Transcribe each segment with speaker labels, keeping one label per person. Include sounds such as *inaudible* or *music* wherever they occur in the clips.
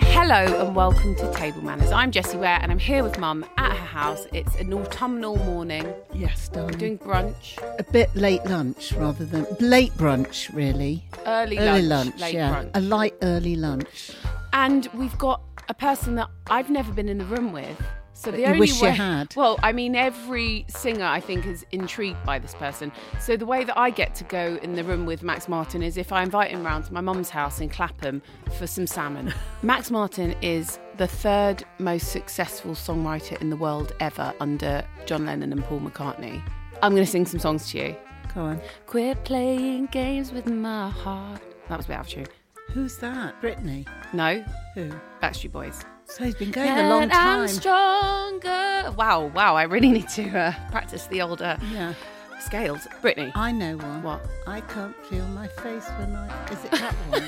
Speaker 1: Hello and welcome to Table Manners. I'm Jessie Ware and I'm here with Mum at her house. It's an autumnal morning.
Speaker 2: Yes, darling.
Speaker 1: We're doing brunch,
Speaker 2: a bit late lunch rather than late brunch, really.
Speaker 1: early,
Speaker 2: early
Speaker 1: lunch, late
Speaker 2: yeah.
Speaker 1: brunch.
Speaker 2: A light early lunch.
Speaker 1: and we've got a person that I've never been in the room with. So the
Speaker 2: you
Speaker 1: only
Speaker 2: wish you
Speaker 1: way,
Speaker 2: had.
Speaker 1: Well, I mean, every singer I think is intrigued by this person. So the way that I get to go in the room with Max Martin is if I invite him round to my mum's house in Clapham for some
Speaker 2: *laughs*
Speaker 1: salmon. Max Martin is the third most successful songwriter in the world ever, under John Lennon and Paul McCartney. I'm going to sing some songs to you.
Speaker 2: Go on.
Speaker 1: Quit playing games with my heart. That was a bit out of tune.
Speaker 2: Who's that? Brittany.
Speaker 1: No,
Speaker 2: Who?
Speaker 1: Backstreet Boys.
Speaker 2: So he's been going a long
Speaker 1: And
Speaker 2: time.
Speaker 1: I'm stronger. Wow, wow! I really need to uh, practice the older
Speaker 2: yeah.
Speaker 1: scales. Brittany.
Speaker 2: I know one.
Speaker 1: What?
Speaker 2: I can't feel my face when I. Is it that
Speaker 1: *laughs*
Speaker 2: one?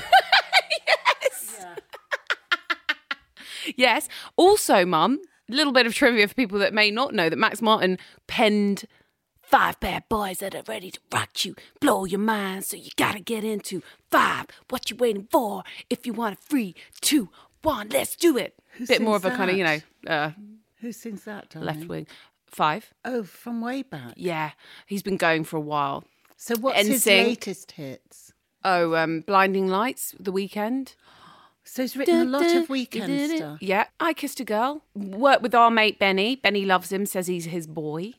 Speaker 1: Yes. Also, Mum, a little bit of trivia for people that may not know that Max Martin penned five bad boys that are ready to rock you, blow your mind, so you gotta get into five. What you waiting for? If you want a three, two, one, let's do it.
Speaker 2: Who
Speaker 1: bit more of a
Speaker 2: sings
Speaker 1: kind of you know
Speaker 2: that?
Speaker 1: uh,
Speaker 2: Who sings that? Darling?
Speaker 1: left wing. Five.
Speaker 2: Oh, from way back.
Speaker 1: Yeah, he's been going for a while.
Speaker 2: So what's his
Speaker 1: NSYNC.
Speaker 2: latest hits?
Speaker 1: Oh, um, Blinding Lights, The Weekend.
Speaker 2: So he's written a lot of weekend stuff.
Speaker 1: Yeah, I kissed a girl. Worked with our mate Benny. Benny loves him. Says he's his boy.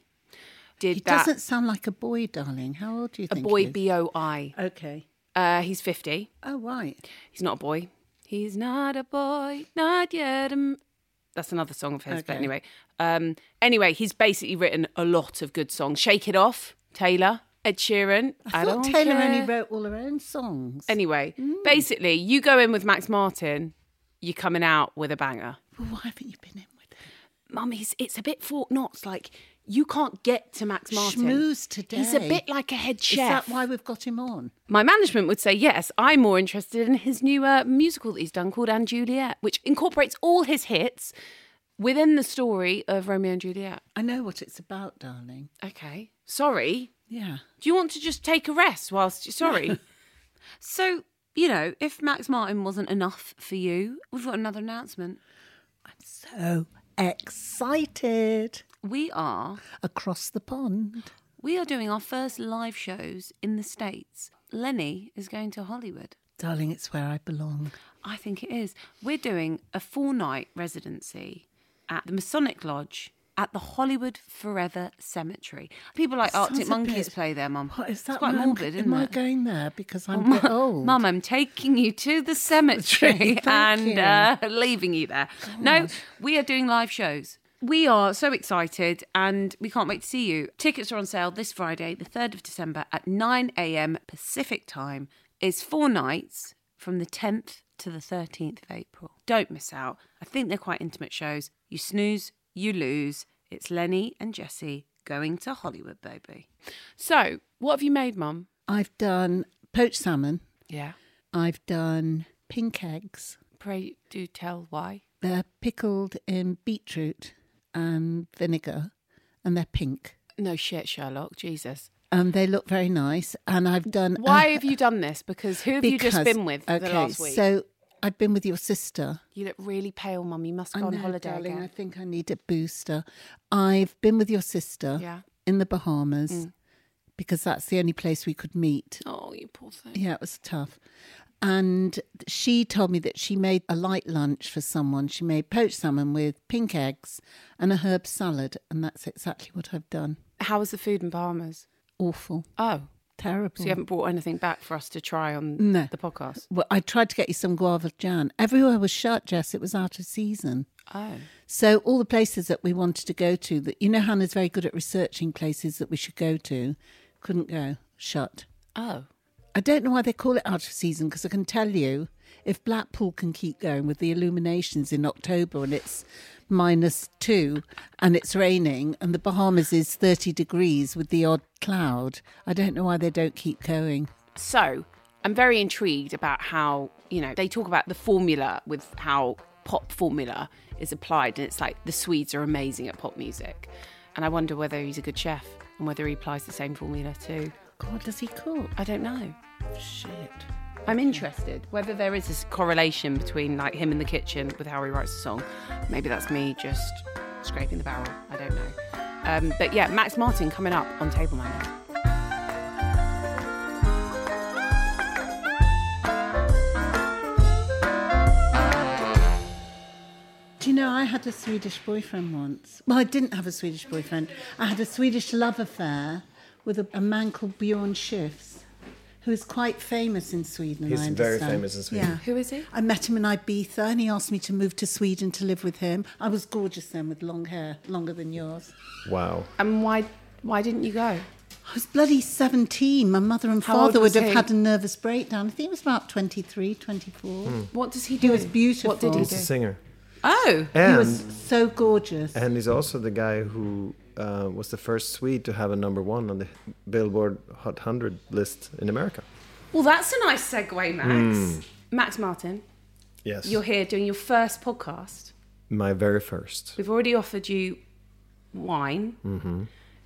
Speaker 1: Did
Speaker 2: He
Speaker 1: that?
Speaker 2: doesn't sound like a boy, darling. How old do you
Speaker 1: a
Speaker 2: think?
Speaker 1: boy,
Speaker 2: he is?
Speaker 1: B O I.
Speaker 2: Okay.
Speaker 1: Uh, he's fifty.
Speaker 2: Oh right.
Speaker 1: He's not a boy. He's not a boy, not yet. Um, that's another song of his. But
Speaker 2: Okay.
Speaker 1: anyway, um, anyway, he's basically written a lot of good songs. Shake it off, Taylor, Ed Sheeran.
Speaker 2: I,
Speaker 1: don't
Speaker 2: thought Taylor
Speaker 1: care.
Speaker 2: only wrote all her own songs.
Speaker 1: Anyway, basically, you go in with Max Martin, you're coming out with a banger.
Speaker 2: Well, why haven't you been in with him?
Speaker 1: mummies, it's a bit Fort Knox. Like you can't get to Max Martin.
Speaker 2: Schmooze today.
Speaker 1: He's a bit like a head
Speaker 2: Is
Speaker 1: chef.
Speaker 2: that why we've got him on?
Speaker 1: My management would say yes. I'm more interested in his new uh, musical that he's done called Anne Juliet, which incorporates all his hits within the story of Romeo and Juliet.
Speaker 2: I know what it's about, darling.
Speaker 1: Okay, sorry.
Speaker 2: Yeah.
Speaker 1: Do you want to just take a rest whilst you're sorry? *laughs* so. You know, if Max Martin wasn't enough for you, we've got another announcement.
Speaker 2: So excited.
Speaker 1: We are
Speaker 2: Across the pond.
Speaker 1: We are doing our first live shows in the States. Lenny is going to Hollywood.
Speaker 2: Darling, it's where I belong.
Speaker 1: I think it is. We're doing a four night residency at the Masonic Lodge at the Hollywood Forever Cemetery. People like Arctic
Speaker 2: Sounds a
Speaker 1: Monkeys
Speaker 2: bit-
Speaker 1: play there, Mum.
Speaker 2: What is that?
Speaker 1: It's quite
Speaker 2: am I-
Speaker 1: morbid, isn't
Speaker 2: Am I
Speaker 1: it?
Speaker 2: going there because I'm a bit old?
Speaker 1: Mum, I'm taking you to the *laughs* cemetery
Speaker 2: Thank
Speaker 1: and
Speaker 2: you.
Speaker 1: uh, leaving you there. No, we are doing live shows. We are so excited and we can't wait to see you. Tickets are on sale this Friday, the 3rd of December at 9 a.m. Pacific time. It's four nights from the 10th to the 13th of April. Don't miss out. I think they're quite intimate shows. You snooze, you lose. It's Lenny and Jesse going to Hollywood, baby. So, what have you made, Mum?
Speaker 2: I've done poached salmon.
Speaker 1: Yeah.
Speaker 2: I've done pink eggs.
Speaker 1: Pray do tell why.
Speaker 2: They're pickled in beetroot and vinegar, and they're pink.
Speaker 1: No shit, Sherlock. Jesus.
Speaker 2: And they look very nice. And I've done.
Speaker 1: Why have you done this? Because who have you just
Speaker 2: Mm, uh, Because-
Speaker 1: been with for
Speaker 2: okay,
Speaker 1: the last week?
Speaker 2: So I've been with your sister.
Speaker 1: you look really pale, Mum. You must go on
Speaker 2: know,
Speaker 1: holiday
Speaker 2: darling. I
Speaker 1: again.
Speaker 2: think I need a booster. I've been with your sister
Speaker 1: Yeah. Mm.
Speaker 2: in the Bahamas because that's the only place we could meet.
Speaker 1: Oh, you poor thing.
Speaker 2: Yeah, it was tough. And she told me that she made a light lunch for someone. She made poached salmon with pink eggs and a herb salad, and that's exactly what I've done.
Speaker 1: How was the food in Bahamas?
Speaker 2: Awful.
Speaker 1: Oh,
Speaker 2: Terrible.
Speaker 1: So you haven't brought anything back for us to try on
Speaker 2: No.
Speaker 1: the podcast.
Speaker 2: well, I tried to get you some guava jam. Everywhere was shut, Jess. It was out of season.
Speaker 1: Oh,
Speaker 2: So all the places that we wanted to go to, that you know, Hannah's very good at researching places that we should go to, couldn't go. Shut.
Speaker 1: oh,
Speaker 2: I don't know why they call it out of season because I can tell you if Blackpool can keep going with the illuminations in October and it's minus two and it's raining and the Bahamas is 30 degrees with the odd cloud, I don't know why they don't keep going.
Speaker 1: so I'm very intrigued about how you know they talk about the formula with how pop formula is applied, and it's like the Swedes are amazing at pop music, and I wonder whether he's a good chef and whether he applies the same formula too.
Speaker 2: God, does he cook?
Speaker 1: I don't know.
Speaker 2: Shit.
Speaker 1: I'm interested whether there is this correlation between like him in the kitchen with how he writes a song. Maybe that's me just scraping the barrel. I don't know. Um, but yeah, Max Martin coming up on Table Manners.
Speaker 2: Do you know, I had a Swedish boyfriend once. Well, I didn't have a Swedish boyfriend. I had a Swedish love affair with a, a man called Bjorn Schiffs, who is quite famous in Sweden.
Speaker 3: He's
Speaker 2: I
Speaker 3: very
Speaker 2: understand.
Speaker 3: famous in Sweden.
Speaker 2: Yeah.
Speaker 1: Who is he?
Speaker 2: I met him in Ibiza and he asked me to move to Sweden to live with him. I was gorgeous then with long hair, longer than yours.
Speaker 3: Wow.
Speaker 1: And why why didn't you go?
Speaker 2: I was bloody 17. My mother and
Speaker 1: How old
Speaker 2: father
Speaker 1: was
Speaker 2: would have
Speaker 1: he?
Speaker 2: had a nervous breakdown. I think it was about 23, 24.
Speaker 3: Hmm.
Speaker 1: What does he do?
Speaker 2: He was beautiful.
Speaker 1: What did he
Speaker 3: He's a
Speaker 1: do?
Speaker 3: singer.
Speaker 1: Oh,
Speaker 2: He
Speaker 3: And,
Speaker 2: was so gorgeous.
Speaker 3: and he's also the guy who uh, was the first Swede to have a number one on the Billboard Hot 100 list in America.
Speaker 1: well, that's a nice segue, Max. Max Martin,
Speaker 3: Yes.
Speaker 1: you're here doing your first podcast.
Speaker 3: My very first.
Speaker 1: We've already offered you wine.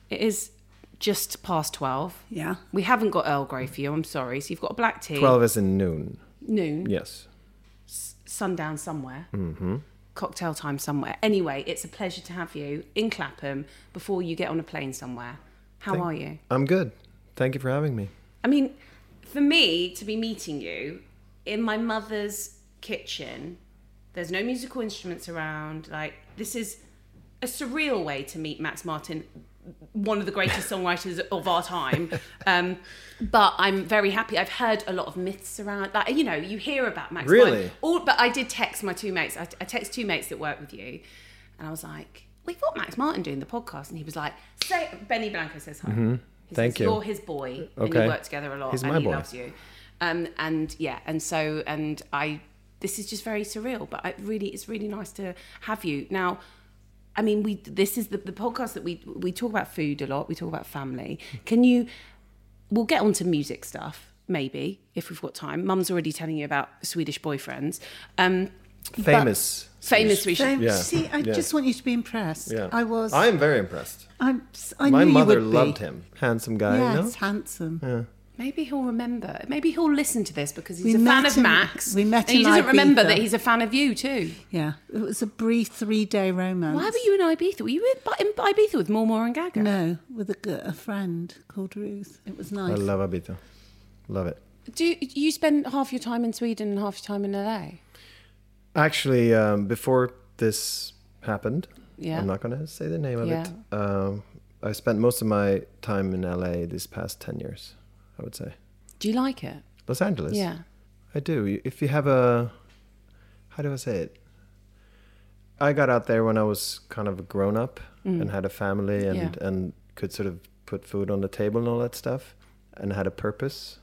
Speaker 1: It is just past 12.
Speaker 2: Yeah.
Speaker 1: We haven't got Earl Grey for you, I'm sorry. So you've got a black tea,
Speaker 3: 12 as in noon.
Speaker 1: noon,
Speaker 3: Yes.
Speaker 1: sundown somewhere, cocktail time somewhere. Anyway, it's a pleasure to have you in Clapham before you get on a plane somewhere. How are you?
Speaker 3: I'm good. Thank you for having me.
Speaker 1: I mean, for me to be meeting you in my mother's kitchen, there's no musical instruments around. Like, this is a surreal way to meet Max Martin, one of the
Speaker 3: *laughs*
Speaker 1: greatest songwriters of our time. Um, but I'm very happy. I've heard a lot of myths around, like, you know, you hear about Max Martin.
Speaker 3: Really?
Speaker 1: All, but I did text my two mates. I, I text two mates that work with you, and I was like, "We've got Max Martin doing the podcast," and he was like, "Say Benny Blanco says hi." He
Speaker 3: Mm-hmm. Thank
Speaker 1: says,
Speaker 3: you.
Speaker 1: You're his boy, and you
Speaker 3: Okay.
Speaker 1: work together a lot,
Speaker 3: He's
Speaker 1: and
Speaker 3: my
Speaker 1: he
Speaker 3: boy.
Speaker 1: loves you. Um, and yeah, and so and I, this is just very surreal, but I really, it's really nice to have you now. I mean, we this is the, the podcast that we we talk about food a lot. We talk about family. Can you? We'll get onto music stuff maybe if we've got time. Mum's already telling you about Swedish boyfriends. Um,
Speaker 3: Famous.
Speaker 1: famous
Speaker 3: Swedish-
Speaker 1: Swedish.
Speaker 2: So,
Speaker 3: Yeah,
Speaker 2: See, I
Speaker 3: yeah.
Speaker 2: just want you to be impressed.
Speaker 3: Yeah.
Speaker 2: I was.
Speaker 3: I'm very impressed.
Speaker 2: I'm, I
Speaker 3: My
Speaker 2: knew
Speaker 3: mother
Speaker 2: you would
Speaker 3: loved
Speaker 2: be.
Speaker 3: him. Handsome guy,
Speaker 2: Yes,
Speaker 3: no?
Speaker 2: handsome.
Speaker 1: Maybe he'll remember. Maybe he'll listen to this because he's
Speaker 2: We
Speaker 1: a fan
Speaker 2: met
Speaker 1: of
Speaker 2: him-
Speaker 1: Max.
Speaker 2: we met
Speaker 1: and he
Speaker 2: in
Speaker 1: doesn't remember
Speaker 2: Ibiza.
Speaker 1: that he's a fan of you too.
Speaker 2: Yeah, it was a brief three-day romance.
Speaker 1: Why were you in Ibiza? Were you in in Ibiza with Mormor and Gaga?
Speaker 2: No, with a, g- a friend called Ruth. It was nice.
Speaker 3: I love Abita. Love it.
Speaker 1: Do you spend half your time in Sweden and half your time in LA?
Speaker 3: Actually, um, before this happened,
Speaker 1: Yeah.
Speaker 3: I'm not going to say the name of
Speaker 1: Yeah.
Speaker 3: it. Um, I spent most of my time in LA this past 10 years, I would say.
Speaker 1: Do you like it?
Speaker 3: Los Angeles.
Speaker 1: Yeah.
Speaker 3: I do. If you have a, how do I say it? I got out there when I was kind of a grown up and had a family and
Speaker 1: Mm. Yeah.
Speaker 3: and could sort of put food on the table and all that stuff, and had a purpose.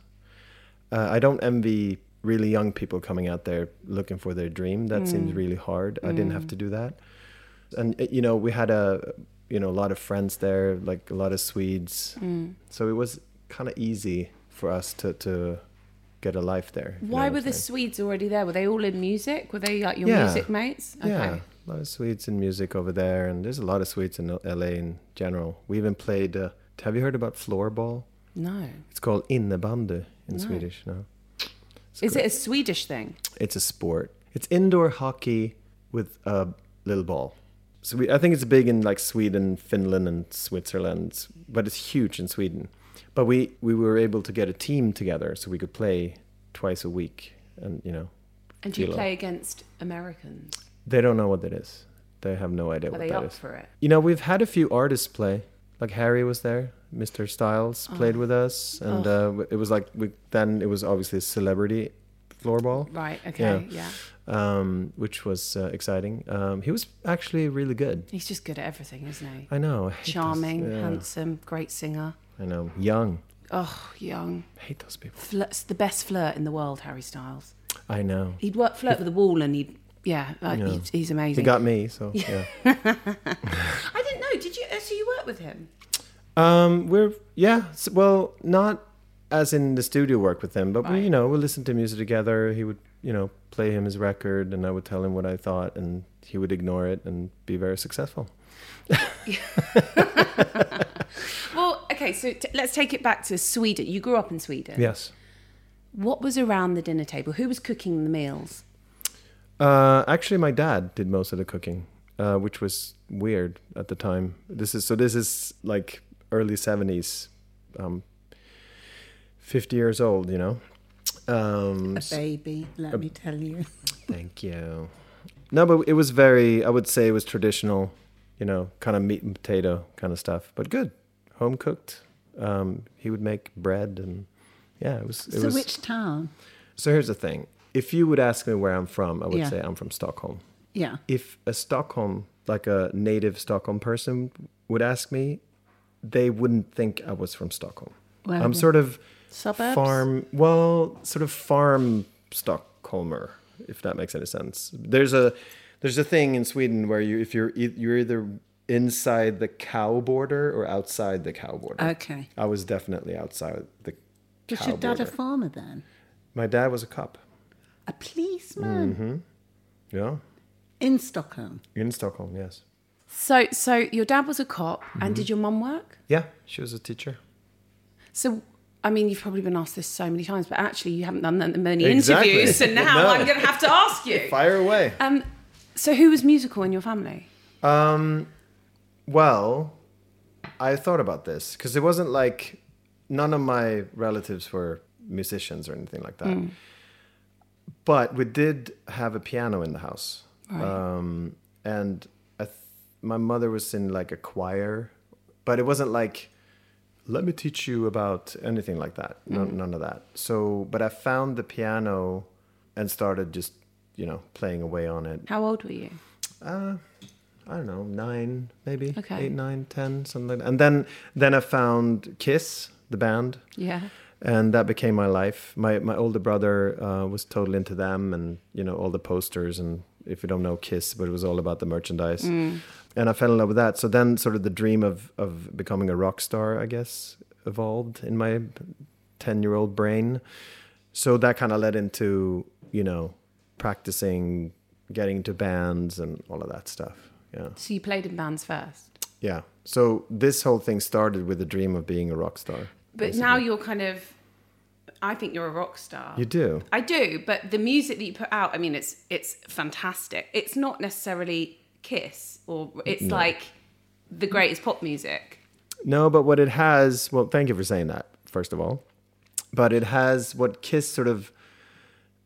Speaker 3: Uh, I don't envy really young people coming out there looking for their dream.
Speaker 1: Mm.
Speaker 3: That seems really hard. I didn't have to do that, and uh, you know we had a you know a lot of friends there, like a lot of Swedes,
Speaker 1: Mm.
Speaker 3: so it was kind of easy for us to to get a life there. if you know
Speaker 1: Why
Speaker 3: what
Speaker 1: were
Speaker 3: I'm
Speaker 1: the
Speaker 3: saying.
Speaker 1: Swedes already there? Were they all in music? Were they like your
Speaker 3: Yeah.
Speaker 1: music mates?
Speaker 3: Yeah, a lot of Swedes in music over there, and there's a lot of Swedes in LA in general. We even played. Uh, have you heard about floorball?
Speaker 1: No.
Speaker 3: It's called innebandy in Swedish. No,
Speaker 1: Is it a Swedish thing?
Speaker 3: it's a sport. It's indoor hockey with a little ball. So we, I think it's big in like Sweden, Finland, and Switzerland, but it's huge in Sweden. But we we were able to get a team together, so we could play twice a week, and you know,
Speaker 1: And do you
Speaker 3: Kilo.
Speaker 1: play against Americans?
Speaker 3: they don't know what that is. They have no idea
Speaker 1: Are
Speaker 3: what
Speaker 1: they
Speaker 3: that
Speaker 1: up
Speaker 3: is.
Speaker 1: for it?
Speaker 3: You know, we've had a few artists play. Like Harry was there. Mr. Styles
Speaker 1: Oh.
Speaker 3: played with us, and uh, w- it was like we, then it was obviously a celebrity floorball,
Speaker 1: Right. Okay. Yeah.
Speaker 3: Yeah. um, which was uh, exciting. Um, he was actually really good.
Speaker 1: He's just good at everything, isn't he?
Speaker 3: I know. I hate those-
Speaker 1: Charming,
Speaker 3: yeah,
Speaker 1: handsome, great singer.
Speaker 3: I know. Young.
Speaker 1: Oh, young.
Speaker 3: I hate those people.
Speaker 1: Flirt's the best flirt in the world, Harry Styles.
Speaker 3: I know.
Speaker 1: He'd work flirt with a wall and he'd, yeah, uh,
Speaker 3: Yeah.
Speaker 1: He's, he's
Speaker 3: He
Speaker 1: amazing.
Speaker 3: got
Speaker 1: *laughs*
Speaker 3: me, so yeah.
Speaker 4: I didn't know. Did you? uh, So you worked with him?
Speaker 3: Um, we're yeah. s well, not as in the studio work with him, but we, you know, we listened to music together. He would, you know, play him his record, and I would tell him what I thought, and he would ignore it and be very successful.
Speaker 1: well, okay, so t- let's take it back to Sweden. You grew up in Sweden.
Speaker 3: Yes.
Speaker 1: What was around the dinner table? Who was cooking the meals?
Speaker 3: Uh, actually, my dad did most of the cooking, uh, which was weird at the time. This is so. This is like early seventies. Um, Fifty years old, you know. Um,
Speaker 2: A baby, let me tell you.
Speaker 3: Thank you. No, but it was very, I would say it was traditional, you know, kind of meat and potato kind of stuff, but good. Home cooked. Um, he would make bread and yeah, it was. It
Speaker 2: so
Speaker 3: was
Speaker 2: which town?
Speaker 3: so here's the thing. If you would ask me where I'm from, I would
Speaker 2: Yeah.
Speaker 3: say I'm from Stockholm.
Speaker 2: Yeah.
Speaker 3: If a Stockholm, like a native Stockholm person, would ask me, they wouldn't think I was from Stockholm.
Speaker 2: Where
Speaker 3: I'm
Speaker 2: the-
Speaker 3: sort of
Speaker 1: Suburbs?
Speaker 3: farm. Well, sort of farm Stockholmer, if that makes any sense. There's a there's a thing in Sweden where you if you're e- you're either inside the cow border or outside the cow border.
Speaker 2: Okay.
Speaker 3: I was definitely outside the.
Speaker 2: Was
Speaker 3: cow
Speaker 2: your dad
Speaker 3: border.
Speaker 2: a farmer then?
Speaker 3: My dad was a cop.
Speaker 2: A policeman
Speaker 3: Mm-hmm. Yeah,
Speaker 2: in Stockholm.
Speaker 3: in Stockholm. Yes.
Speaker 1: So, so your dad was a cop,
Speaker 3: Mm-hmm.
Speaker 1: and did your mum work?
Speaker 3: Yeah, she was a teacher.
Speaker 1: So, I mean, you've probably been asked this so many times, but actually, you haven't done that many
Speaker 3: Exactly.
Speaker 1: interviews,
Speaker 3: *laughs*
Speaker 1: so now
Speaker 3: No.
Speaker 1: I'm going to have to
Speaker 3: *laughs*
Speaker 1: ask you.
Speaker 3: Fire away.
Speaker 1: Um, so, who was musical in your family?
Speaker 3: Um, well, I thought about this because it wasn't like none of my relatives were musicians or anything like that. But we did have a piano in the house, um, and I th- my mother was in like a choir, but it wasn't like let me teach you about anything like that. No, None of that. So, but I found the piano and started just you know playing away on it
Speaker 1: How old were you?
Speaker 3: I don't know, nine, maybe
Speaker 1: Okay.
Speaker 3: eight, nine, ten, something. Like that. And then then I found Kiss, the band,
Speaker 1: Yeah.
Speaker 3: and that became my life. My my older brother uh, was totally into them, and you know all the posters and if you don't know Kiss, but it was all about the merchandise. And I fell in love with that. So then, sort of the dream of of becoming a rock star, I guess, evolved in my ten year old brain. So that kind of led into you know practicing, getting into bands, and all of that stuff. Yeah.
Speaker 1: So, you played in bands first.
Speaker 3: Yeah. So this whole thing started with the dream of being a rock star.
Speaker 1: But now you're kind of, I think you're a rock star.
Speaker 3: You do.
Speaker 1: I do, but the music that you put out, I mean, it's it's fantastic. It's not necessarily Kiss or it's like the greatest pop music.
Speaker 3: No, but what it has, well, thank you for saying that, first of all. But it has what Kiss sort of,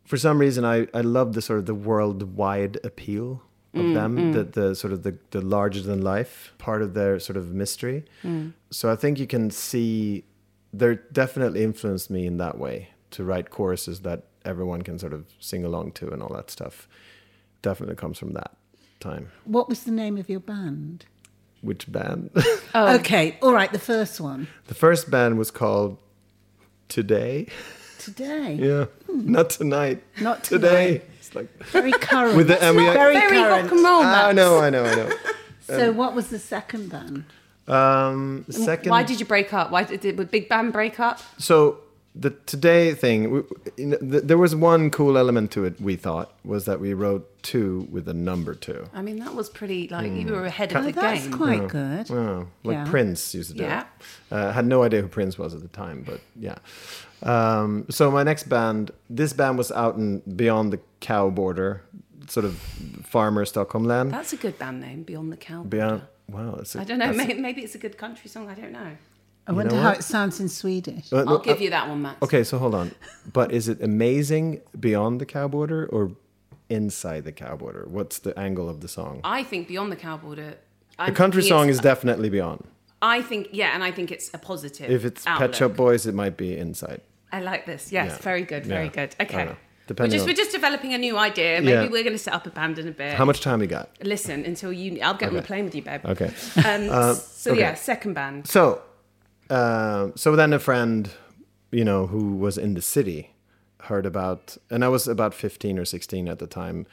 Speaker 3: for some reason, I, I love the sort of the worldwide appeal of them, The, the sort of the, the larger than life part of their sort of mystery. So I think you can see they're definitely influenced me in that way to write choruses that everyone can sort of sing along to and all that stuff. Definitely comes from that time.
Speaker 2: What was the name of your band?
Speaker 3: Which band? *laughs*
Speaker 1: Oh.
Speaker 2: Okay, all right, the first one.
Speaker 3: The first band was called Today.
Speaker 2: Today.
Speaker 3: Yeah, *laughs* not tonight.
Speaker 2: Not
Speaker 3: today. It's like *laughs*
Speaker 2: Very current.
Speaker 3: With the- um, and we-
Speaker 2: very,
Speaker 1: Very
Speaker 2: current.
Speaker 1: rock and roll.
Speaker 3: Ah, I know, I know, I
Speaker 1: *laughs*
Speaker 3: know.
Speaker 2: So what was the second band?
Speaker 3: Um, the second.
Speaker 1: Why did you break up? Why did, did Big Band break up?
Speaker 3: so the Today thing. We, in, th there was one cool element to it. We thought was that we wrote two with a number two.
Speaker 1: I mean, that was pretty like
Speaker 3: Hmm.
Speaker 1: you were ahead of
Speaker 2: Oh,
Speaker 1: the
Speaker 2: that's
Speaker 1: game.
Speaker 2: quite good.
Speaker 3: Oh, like
Speaker 2: Yeah.
Speaker 3: Prince used to do.
Speaker 1: Yeah.
Speaker 3: It. Uh, I had no idea who Prince was at the time, but yeah. Um, so my next band, this band was out in beyond the cow border, sort of farmer Stockholm land.
Speaker 1: That's a good band name, Beyond the Cow.
Speaker 3: Beyond, wow, it's a,
Speaker 1: I don't know.
Speaker 3: that's a-
Speaker 1: Maybe, maybe it's a good country song. I don't know.
Speaker 2: I wonder
Speaker 3: know
Speaker 2: how
Speaker 3: what?
Speaker 2: it sounds in Swedish.
Speaker 3: Uh,
Speaker 1: I'll
Speaker 3: no,
Speaker 1: give
Speaker 3: uh,
Speaker 1: you that one, Max.
Speaker 3: Okay, so hold on. But is it amazing beyond the cow border or inside the cow border? What's the angle of the song?
Speaker 1: I think Beyond the Cow Border.
Speaker 3: The country song is definitely beyond.
Speaker 1: I think, yeah, and I think it's a positive.
Speaker 3: If it's
Speaker 1: outlook.
Speaker 3: Pet Shop Boys, it might be inside.
Speaker 1: I like this. Yes,
Speaker 3: Yeah.
Speaker 1: very good, very
Speaker 3: Yeah.
Speaker 1: good.
Speaker 3: I
Speaker 1: Okay.
Speaker 3: dunno.
Speaker 1: We're
Speaker 3: Depending
Speaker 1: just,
Speaker 3: on-
Speaker 1: we're just developing a new idea. Maybe
Speaker 3: Yeah.
Speaker 1: we're going to set up a band in a bit.
Speaker 3: How much time we got?
Speaker 1: Listen until you. I'll get on the
Speaker 3: Okay.
Speaker 1: plane with you, babe.
Speaker 3: Okay. Uh,
Speaker 1: Um, so
Speaker 3: okay.
Speaker 1: yeah, second band.
Speaker 3: So, uh, so then a friend, you know, who was in the city, heard about, and I was about fifteen or sixteen at the time,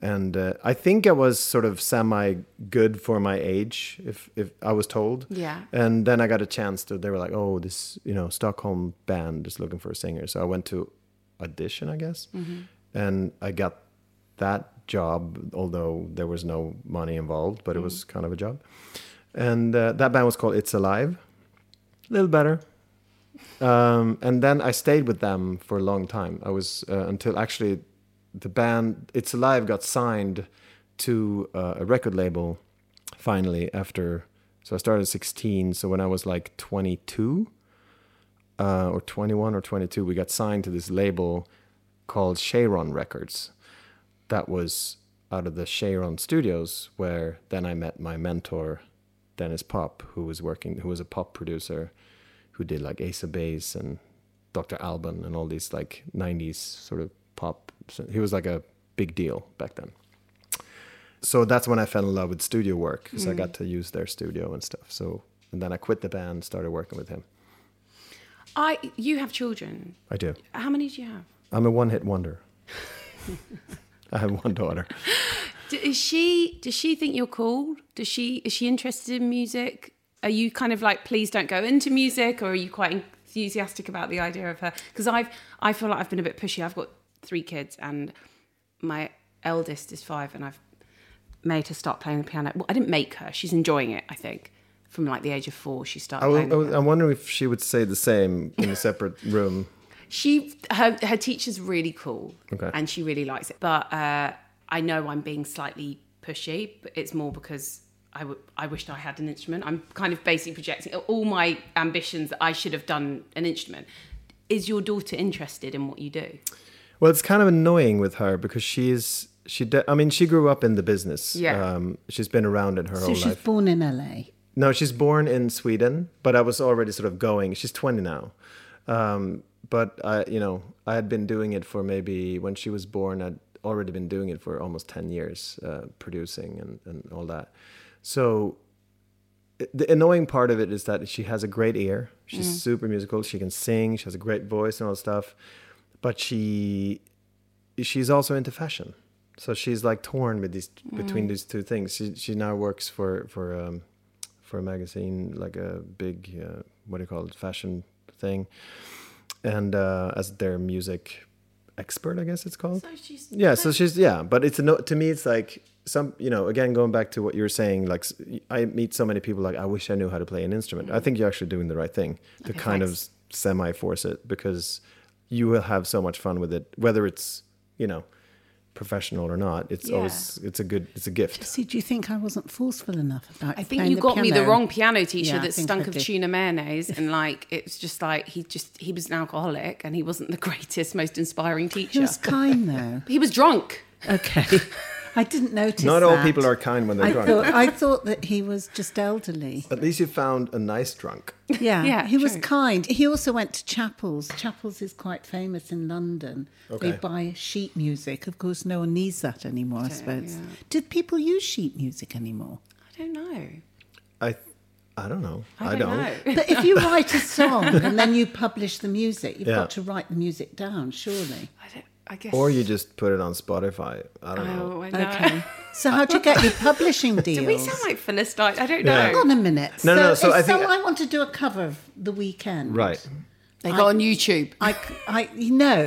Speaker 3: and uh, I think I was sort of semi good for my age, if if I was told.
Speaker 1: Yeah.
Speaker 3: And then I got a chance to. They were like, "Oh, this, you know, Stockholm band is looking for a singer," so I went to audition, I guess, and I got that job, although there was no money involved, but it was kind of a job and uh, that band was called It's Alive. A little better. Um, and then I stayed with them for a long time. I was uh, until actually the band It's Alive got signed to uh, a record label finally after. So I started at 16. So when I was like 22 uh, or 21 or 22, we got signed to this label called Sharon Records that was out of the Sharon Studios, where then I met my mentor, Dennis Pop, who was working, who was a pop producer, who did like Ace of Base and Dr. Alban and all these like '90s sort of pop. So he was like a big deal back then. So that's when I fell in love with studio work, because I got to use their studio and stuff. So and then I quit the band, started working with him.
Speaker 1: I. You have children.
Speaker 3: I do.
Speaker 1: How many do you have?
Speaker 3: I'm a one-hit wonder. *laughs* I have one daughter.
Speaker 1: D is she? Does she think you're cool? Does she? Is she interested in music? Are you kind of like, please don't go into music, or are you quite enthusiastic about the idea of her? Because I've, I feel like I've been a bit pushy. I've got three kids, and my eldest is five, and I've made her start playing the piano. Well, I didn't make her. She's enjoying it. I think from like the age of four, she started.
Speaker 3: I
Speaker 1: playing
Speaker 3: was,
Speaker 1: the
Speaker 3: I was,
Speaker 1: piano.
Speaker 3: I'm wondering if she would say the same in a separate room.
Speaker 1: she her her teacher's really cool
Speaker 3: Okay.
Speaker 1: and she really likes it but uh i know i'm being slightly pushy but it's more because I w- I wished I had an instrument. I'm kind of basically projecting all my ambitions that I should have done an instrument. Is your daughter interested in what you do?
Speaker 3: Well, it's kind of annoying with her because she's she. De- I mean, she grew up in the business.
Speaker 1: Yeah.
Speaker 3: Um, she's been around it her
Speaker 2: So
Speaker 3: whole
Speaker 2: she's
Speaker 3: life.
Speaker 2: born in LA.
Speaker 3: no, she's born in Sweden, but I was already sort of going. She's 20 now. Um, but I, you know, I had been doing it for maybe when she was born. I'd already been doing it for almost 10 years, uh, producing and and all that. So the annoying part of it is that she has a great ear. She's super musical. She can sing. She has a great voice and all that stuff. But she she's also into fashion. So she's like torn with these between these two things. She she now works for for um, for a magazine like a big uh, what do you call it fashion thing, and uh, as their music expert, I guess it's called. So she's yeah. So she's yeah. But it's no to me. It's like some you know again going back to what you were saying. Like s- I meet so many people like I wish I knew how to play an instrument. I think you're actually doing the right thing to kind of semi force it because you will have so much fun with it whether it's you know professional or not it's always it's a good it's a gift
Speaker 2: See, do you think I wasn't forceful enough about
Speaker 1: I think
Speaker 2: playing
Speaker 1: you
Speaker 2: the
Speaker 1: got me the
Speaker 2: piano?
Speaker 1: wrong piano teacher
Speaker 2: Yeah, I
Speaker 1: that
Speaker 2: think
Speaker 1: stunk
Speaker 2: I
Speaker 1: of
Speaker 2: did.
Speaker 1: tuna
Speaker 2: *laughs*
Speaker 1: mayonnaise and like it's just like he just he was an alcoholic and he wasn't the *laughs* greatest, most inspiring
Speaker 2: He
Speaker 1: teacher.
Speaker 2: was
Speaker 1: *laughs*
Speaker 2: kind though.
Speaker 1: he was drunk.
Speaker 2: okay. I didn't notice.
Speaker 3: not all
Speaker 2: that.
Speaker 3: people are kind when they're
Speaker 2: I
Speaker 3: drunk
Speaker 2: thought, I thought that he was just
Speaker 3: *laughs*
Speaker 2: elderly.
Speaker 3: at least you found a nice drunk
Speaker 2: Yeah,
Speaker 1: Yeah,
Speaker 2: he was
Speaker 1: true.
Speaker 2: kind. He also went to Chapels. Chapels is quite famous in London. They
Speaker 3: Okay.
Speaker 2: buy sheet music. Of course, no one needs that anymore, I suppose. Did people use sheet music anymore?
Speaker 1: I don't know.
Speaker 3: i i don't know i don't,
Speaker 1: know.
Speaker 2: But
Speaker 3: *laughs*
Speaker 2: if you write a song and then you publish the music, you've
Speaker 3: Yeah.
Speaker 2: got to write the music down, surely.
Speaker 1: I, don't, I guess.
Speaker 3: or you just put it on spotify i don't know
Speaker 1: Oh, I know.
Speaker 2: Okay. So how do you
Speaker 3: *laughs*
Speaker 2: get your publishing deals?
Speaker 1: Do *laughs* we sound like Philistine? I don't
Speaker 3: Yeah.
Speaker 1: know.
Speaker 2: Hang on a minute.
Speaker 3: No, no, so
Speaker 2: if
Speaker 3: I think-
Speaker 2: someone- I want to do a cover of The Weekend.
Speaker 3: right
Speaker 1: They got on YouTube.
Speaker 2: I, c- I- you know,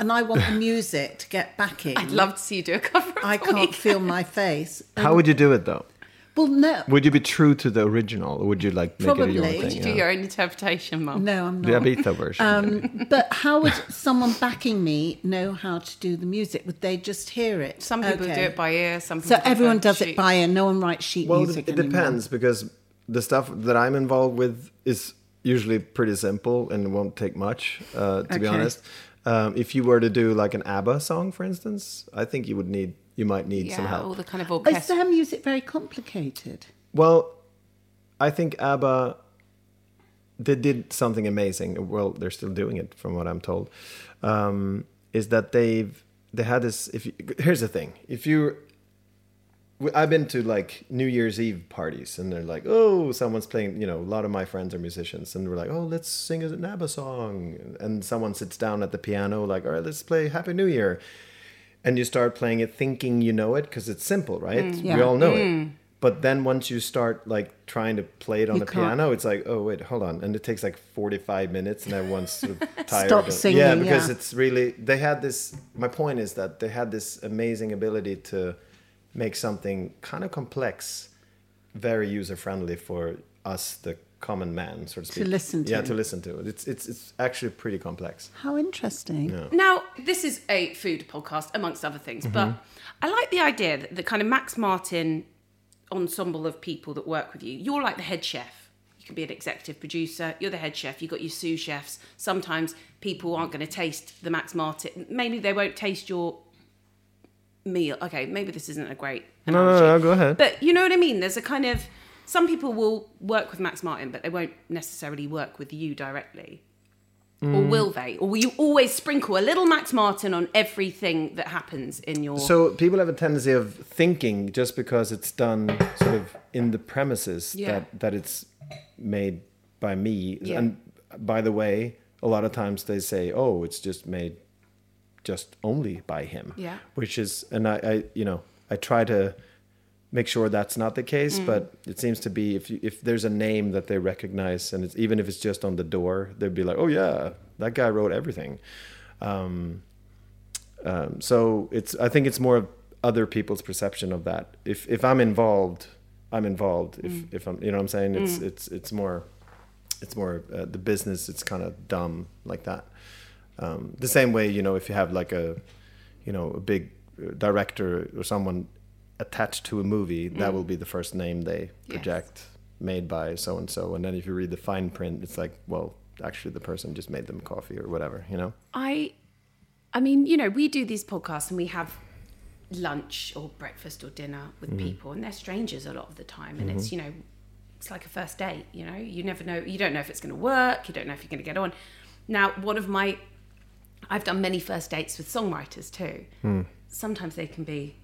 Speaker 2: and I want the music to get back in.
Speaker 1: *laughs* I'd love to see you do a cover. Of
Speaker 2: I
Speaker 1: the
Speaker 2: can't
Speaker 1: Weeknd.
Speaker 2: feel my
Speaker 1: *laughs*
Speaker 2: face.
Speaker 3: how would you do it though
Speaker 2: Well, no,
Speaker 3: would you be true to the original or would you like make it your
Speaker 2: Probably.
Speaker 3: own
Speaker 2: Would
Speaker 3: thing
Speaker 1: Would you do
Speaker 3: yeah.
Speaker 1: your own interpretation, Mum?
Speaker 2: no, I'm
Speaker 3: the
Speaker 2: not.
Speaker 3: Abita version
Speaker 2: Um, But how would someone backing me know how to do the music? Would they just hear it?
Speaker 1: Some people
Speaker 2: Okay.
Speaker 1: do it by ear. Some people
Speaker 2: So
Speaker 1: do it
Speaker 2: everyone
Speaker 1: by
Speaker 2: does
Speaker 1: sheet.
Speaker 2: it by ear. No one writes sheet
Speaker 3: *laughs* Well,
Speaker 2: music.
Speaker 3: it
Speaker 2: anymore.
Speaker 3: depends because the stuff that I'm involved with is usually pretty simple and won't take much, uh, to
Speaker 2: Okay.
Speaker 3: be honest. Um, if you were to do like an ABBA song, for instance, I think you would need you might need
Speaker 1: Yeah,
Speaker 3: some help.
Speaker 1: all the kind of
Speaker 2: Is
Speaker 1: orchestral.
Speaker 2: their music very complicated?
Speaker 3: well, I think ABBA they did something amazing. Well, they're still doing it, from what I'm told. Um, is that they've they had this? If you, here's the thing, if you we- I've been to like New Year's Eve parties, and they're like, "Oh, someone's playing." You know, a lot of my friends are musicians, and we're like, "Oh, let's sing an ABBA song." And someone sits down at the piano, like, "All right, let's play Happy New Year," and you start playing it, thinking you know it because it's simple, right?
Speaker 2: Mm,
Speaker 3: We all know it. But then once you start like trying to play it on
Speaker 2: You
Speaker 3: the
Speaker 2: can't.
Speaker 3: piano, it's like, "Oh, wait, hold on," and it takes like forty-five minutes, and everyone's
Speaker 2: *laughs*
Speaker 3: sort of tired.
Speaker 2: Stop
Speaker 3: of-
Speaker 2: singing,
Speaker 3: yeah, because
Speaker 2: yeah.
Speaker 3: it's it's really they had this my point is that they had this amazing ability to make something kind of complex very user friendly for us the common man so to speak
Speaker 2: listen to.
Speaker 3: yeah to listen to it's it's it's actually pretty complex
Speaker 2: How interesting.
Speaker 1: Now, this is a food podcast, amongst other things, but
Speaker 3: Mm-hmm.
Speaker 1: I like the idea that the kind of Max Martin ensemble of people that work with you, you're like the head chef. You can be an executive producer, you're the head chef, you've got your sous chefs. Sometimes people aren't going to taste the Max Martin. Maybe they won't taste your meal. Okay, maybe this isn't a great analogy.
Speaker 3: no, no, go ahead.
Speaker 1: But you know what I mean? There's a kind of. Some people will work with Max Martin, but they won't necessarily work with you directly. Or
Speaker 3: Mm.
Speaker 1: will they? Or will you always sprinkle a little Max Martin on everything that happens in your.
Speaker 3: so people have a tendency of thinking just because it's done sort of in the premises
Speaker 1: Yeah.
Speaker 3: that that it's made by me
Speaker 1: Yeah.
Speaker 3: and by the way a lot of times they say oh it's just made just only by him
Speaker 1: Yeah.
Speaker 3: which is and i, I you know i try to make sure that's not the case
Speaker 1: Mm.
Speaker 3: but it seems to be if you, if there's a name that they recognize and it's even if it's just on the door they'd be like oh yeah that guy wrote everything um, so it's I think it's more of other people's perception of that. If if I'm involved, I'm involved. If if I'm you know what I'm saying it's it's it's more it's more uh, the business. It's kind of dumb like that. Um, the same way you know if you have like a you know a big uh, director or someone attached to a movie, that will be the first name they project made by so and so. And then if you read the fine print, it's like well. Actually, the person just made them coffee or whatever, you know.
Speaker 1: I, I mean, you know, we do these podcasts and we have lunch or breakfast or dinner with people, and they're strangers a lot of the time, and it's you know, it's like a first date. You know, you never know, you don't know if it's going to work, you don't know if you're going to get on. Now, one of my, I've done many first dates with songwriters too. Sometimes they can be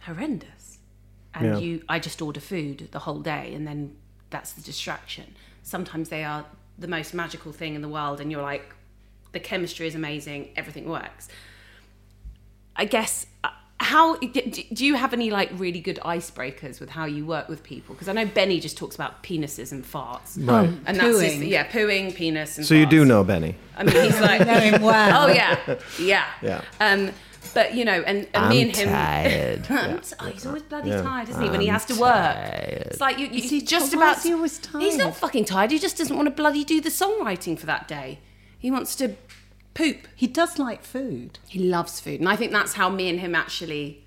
Speaker 1: horrendous, and
Speaker 3: Yeah.
Speaker 1: you, I just order food the whole day, and then that's the distraction. Sometimes they are the most magical thing in the world, and you're like, the chemistry is amazing everything works i guess uh, how d- d- do you have any like really good icebreakers with how you work with people because i know benny just talks about penises and farts
Speaker 3: Right.
Speaker 1: and that's his,
Speaker 2: Pooing.
Speaker 1: yeah pooing penis and
Speaker 3: So you do
Speaker 1: farts.
Speaker 3: know Benny.
Speaker 1: i mean he's like
Speaker 2: Know
Speaker 1: *laughs*
Speaker 2: him *laughs* well.
Speaker 1: oh yeah yeah
Speaker 3: Yeah.
Speaker 1: um but you know and, and me and him *laughs*
Speaker 5: tired.
Speaker 1: oh, he's always bloody
Speaker 3: Yeah.
Speaker 1: tired isn't he when he has to work it's like you, you,
Speaker 2: he
Speaker 1: he's just
Speaker 2: ti- why
Speaker 1: about
Speaker 2: is he always
Speaker 1: he's
Speaker 2: tired?
Speaker 1: not fucking tired he just doesn't want to bloody do the songwriting for that day he wants to poop
Speaker 2: He does like food.
Speaker 1: he loves food, and I think that's how me and him actually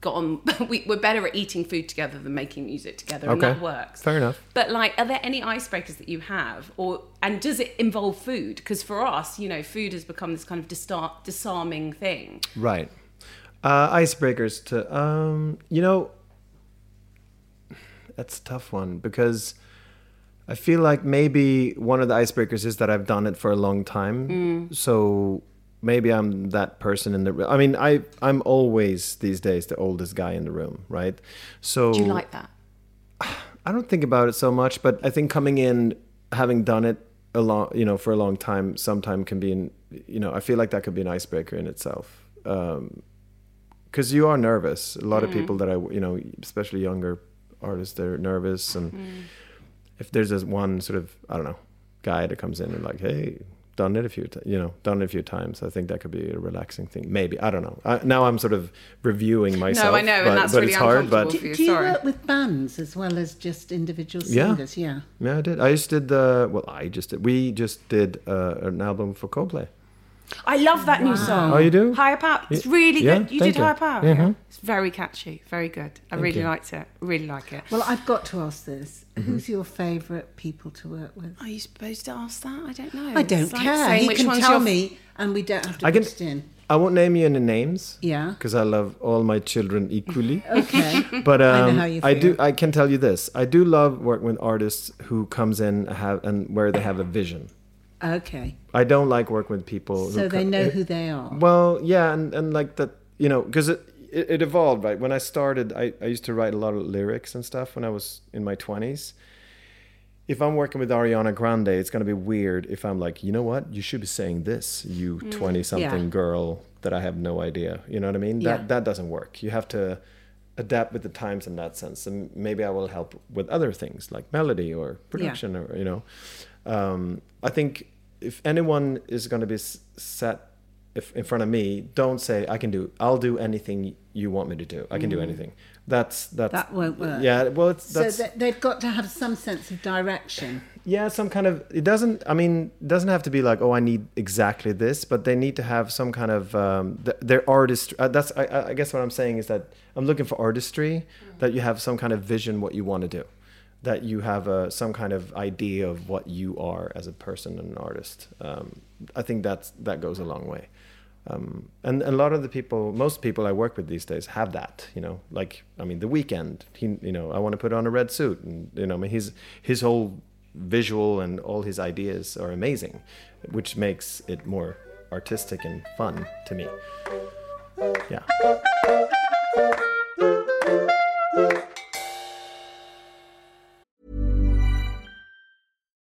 Speaker 1: got on. *laughs* we, we're better at eating food together than making music together, and
Speaker 3: Okay.
Speaker 1: that works.
Speaker 3: Fair enough.
Speaker 1: But like, are there any icebreakers that you have, or and does it involve food? Because for us, you know, food has become this kind of disar- disarming thing.
Speaker 3: Right. Uh, icebreakers to um, you know, that's a tough one because I feel like maybe one of the icebreakers is that I've done it for a long time,
Speaker 1: Mm.
Speaker 3: so maybe I'm that person in the. I mean, I I'm always these days the oldest guy in the room, right? So
Speaker 1: Do you like that?
Speaker 3: I don't think about it so much, but I think coming in, having done it a long, you know, for a long time, sometime can be, an, you know, I feel like that could be an icebreaker in itself. Because you are nervous. A
Speaker 1: Mm-hmm.
Speaker 3: lot of people that I, you know, especially younger artists, they're nervous. And
Speaker 1: Mm-hmm.
Speaker 3: if there's this one sort of, I don't know, guy that comes in and like, hey, done it a few, t- you know, done it a few times. I think that could be a relaxing thing. Maybe I don't know. I, now I'm sort of
Speaker 1: *laughs*
Speaker 3: reviewing myself.
Speaker 1: I know, and
Speaker 3: but,
Speaker 1: that's
Speaker 3: but
Speaker 1: really
Speaker 3: it's hard. But
Speaker 1: uncomfortable.
Speaker 2: Do,
Speaker 1: for you,
Speaker 2: do you
Speaker 1: sorry.
Speaker 2: work with bands as well as just individual
Speaker 3: Yeah.
Speaker 2: singers? Yeah.
Speaker 3: Yeah, I did. I just did the. Well, I just did. We just did uh, an album for Coldplay.
Speaker 1: I love that new song.
Speaker 3: Oh, you do?
Speaker 1: Higher Power. It's really
Speaker 3: yeah,
Speaker 1: good. You
Speaker 3: thank
Speaker 1: did
Speaker 3: you.
Speaker 1: Higher Power. yeah? It's very catchy. Very good. I really
Speaker 3: you.
Speaker 1: liked it. Really like it.
Speaker 2: Well, I've got to ask this. Who's your favourite people to work with?
Speaker 1: Are you supposed to ask that? I don't know.
Speaker 2: I don't
Speaker 1: It's like
Speaker 2: care.
Speaker 1: saying
Speaker 2: He
Speaker 1: which
Speaker 2: can
Speaker 1: one's
Speaker 2: tell
Speaker 1: your-
Speaker 2: me, and we don't have to
Speaker 3: I can-
Speaker 2: put it in.
Speaker 3: I won't name you any names.
Speaker 2: Yeah.
Speaker 3: Because I love all my children equally.
Speaker 2: *laughs* Okay.
Speaker 3: *laughs* but
Speaker 2: know
Speaker 3: um,
Speaker 2: how you
Speaker 3: I do.
Speaker 2: feel.
Speaker 3: I can tell you this. I do love working with artists who comes in have and where they have a vision.
Speaker 2: okay.
Speaker 3: I don't like working with people. who
Speaker 2: So they
Speaker 3: co-
Speaker 2: know who they are.
Speaker 3: Well, yeah, and, and like that, you know, because it, it it evolved, right? When I started, I, I used to write a lot of lyrics and stuff when I was in my twenties. If I'm working with Ariana Grande, it's gonna be weird if I'm like, you know what, you should be saying this, you twenty something girl that I have no idea. You know what I mean? That
Speaker 2: Yeah.
Speaker 3: that doesn't work. You have to adapt with the times in that sense, and maybe I will help with other things like melody or production or you know. Um, I think if anyone is going to be s- sat if, in front of me, don't say I can do. I'll do anything you want me to do. I can do anything. That's that's
Speaker 2: Mm. That won't work.
Speaker 3: Yeah, well, it's,
Speaker 2: So
Speaker 3: that's
Speaker 2: they- they've got to have some sense of direction.
Speaker 3: yeah, some kind of it doesn't. I mean, it doesn't have to be like oh, I need exactly this, but they need to have some kind of um, th- their artist. Uh, that's I- I, I guess what I'm saying is that I'm looking for artistry that you have some kind of vision what you want to do, that you have uh, some kind of idea of what you are as a person and an artist. Um, I think that's that goes a long way. Um, and, and a lot of the people, most people I work with these days have that, you know, like, I mean, the weekend, he, you know, I want to put on a red suit and, you know, I mean, his, his whole visual and all his ideas are amazing, which makes it more artistic and fun to me. Yeah.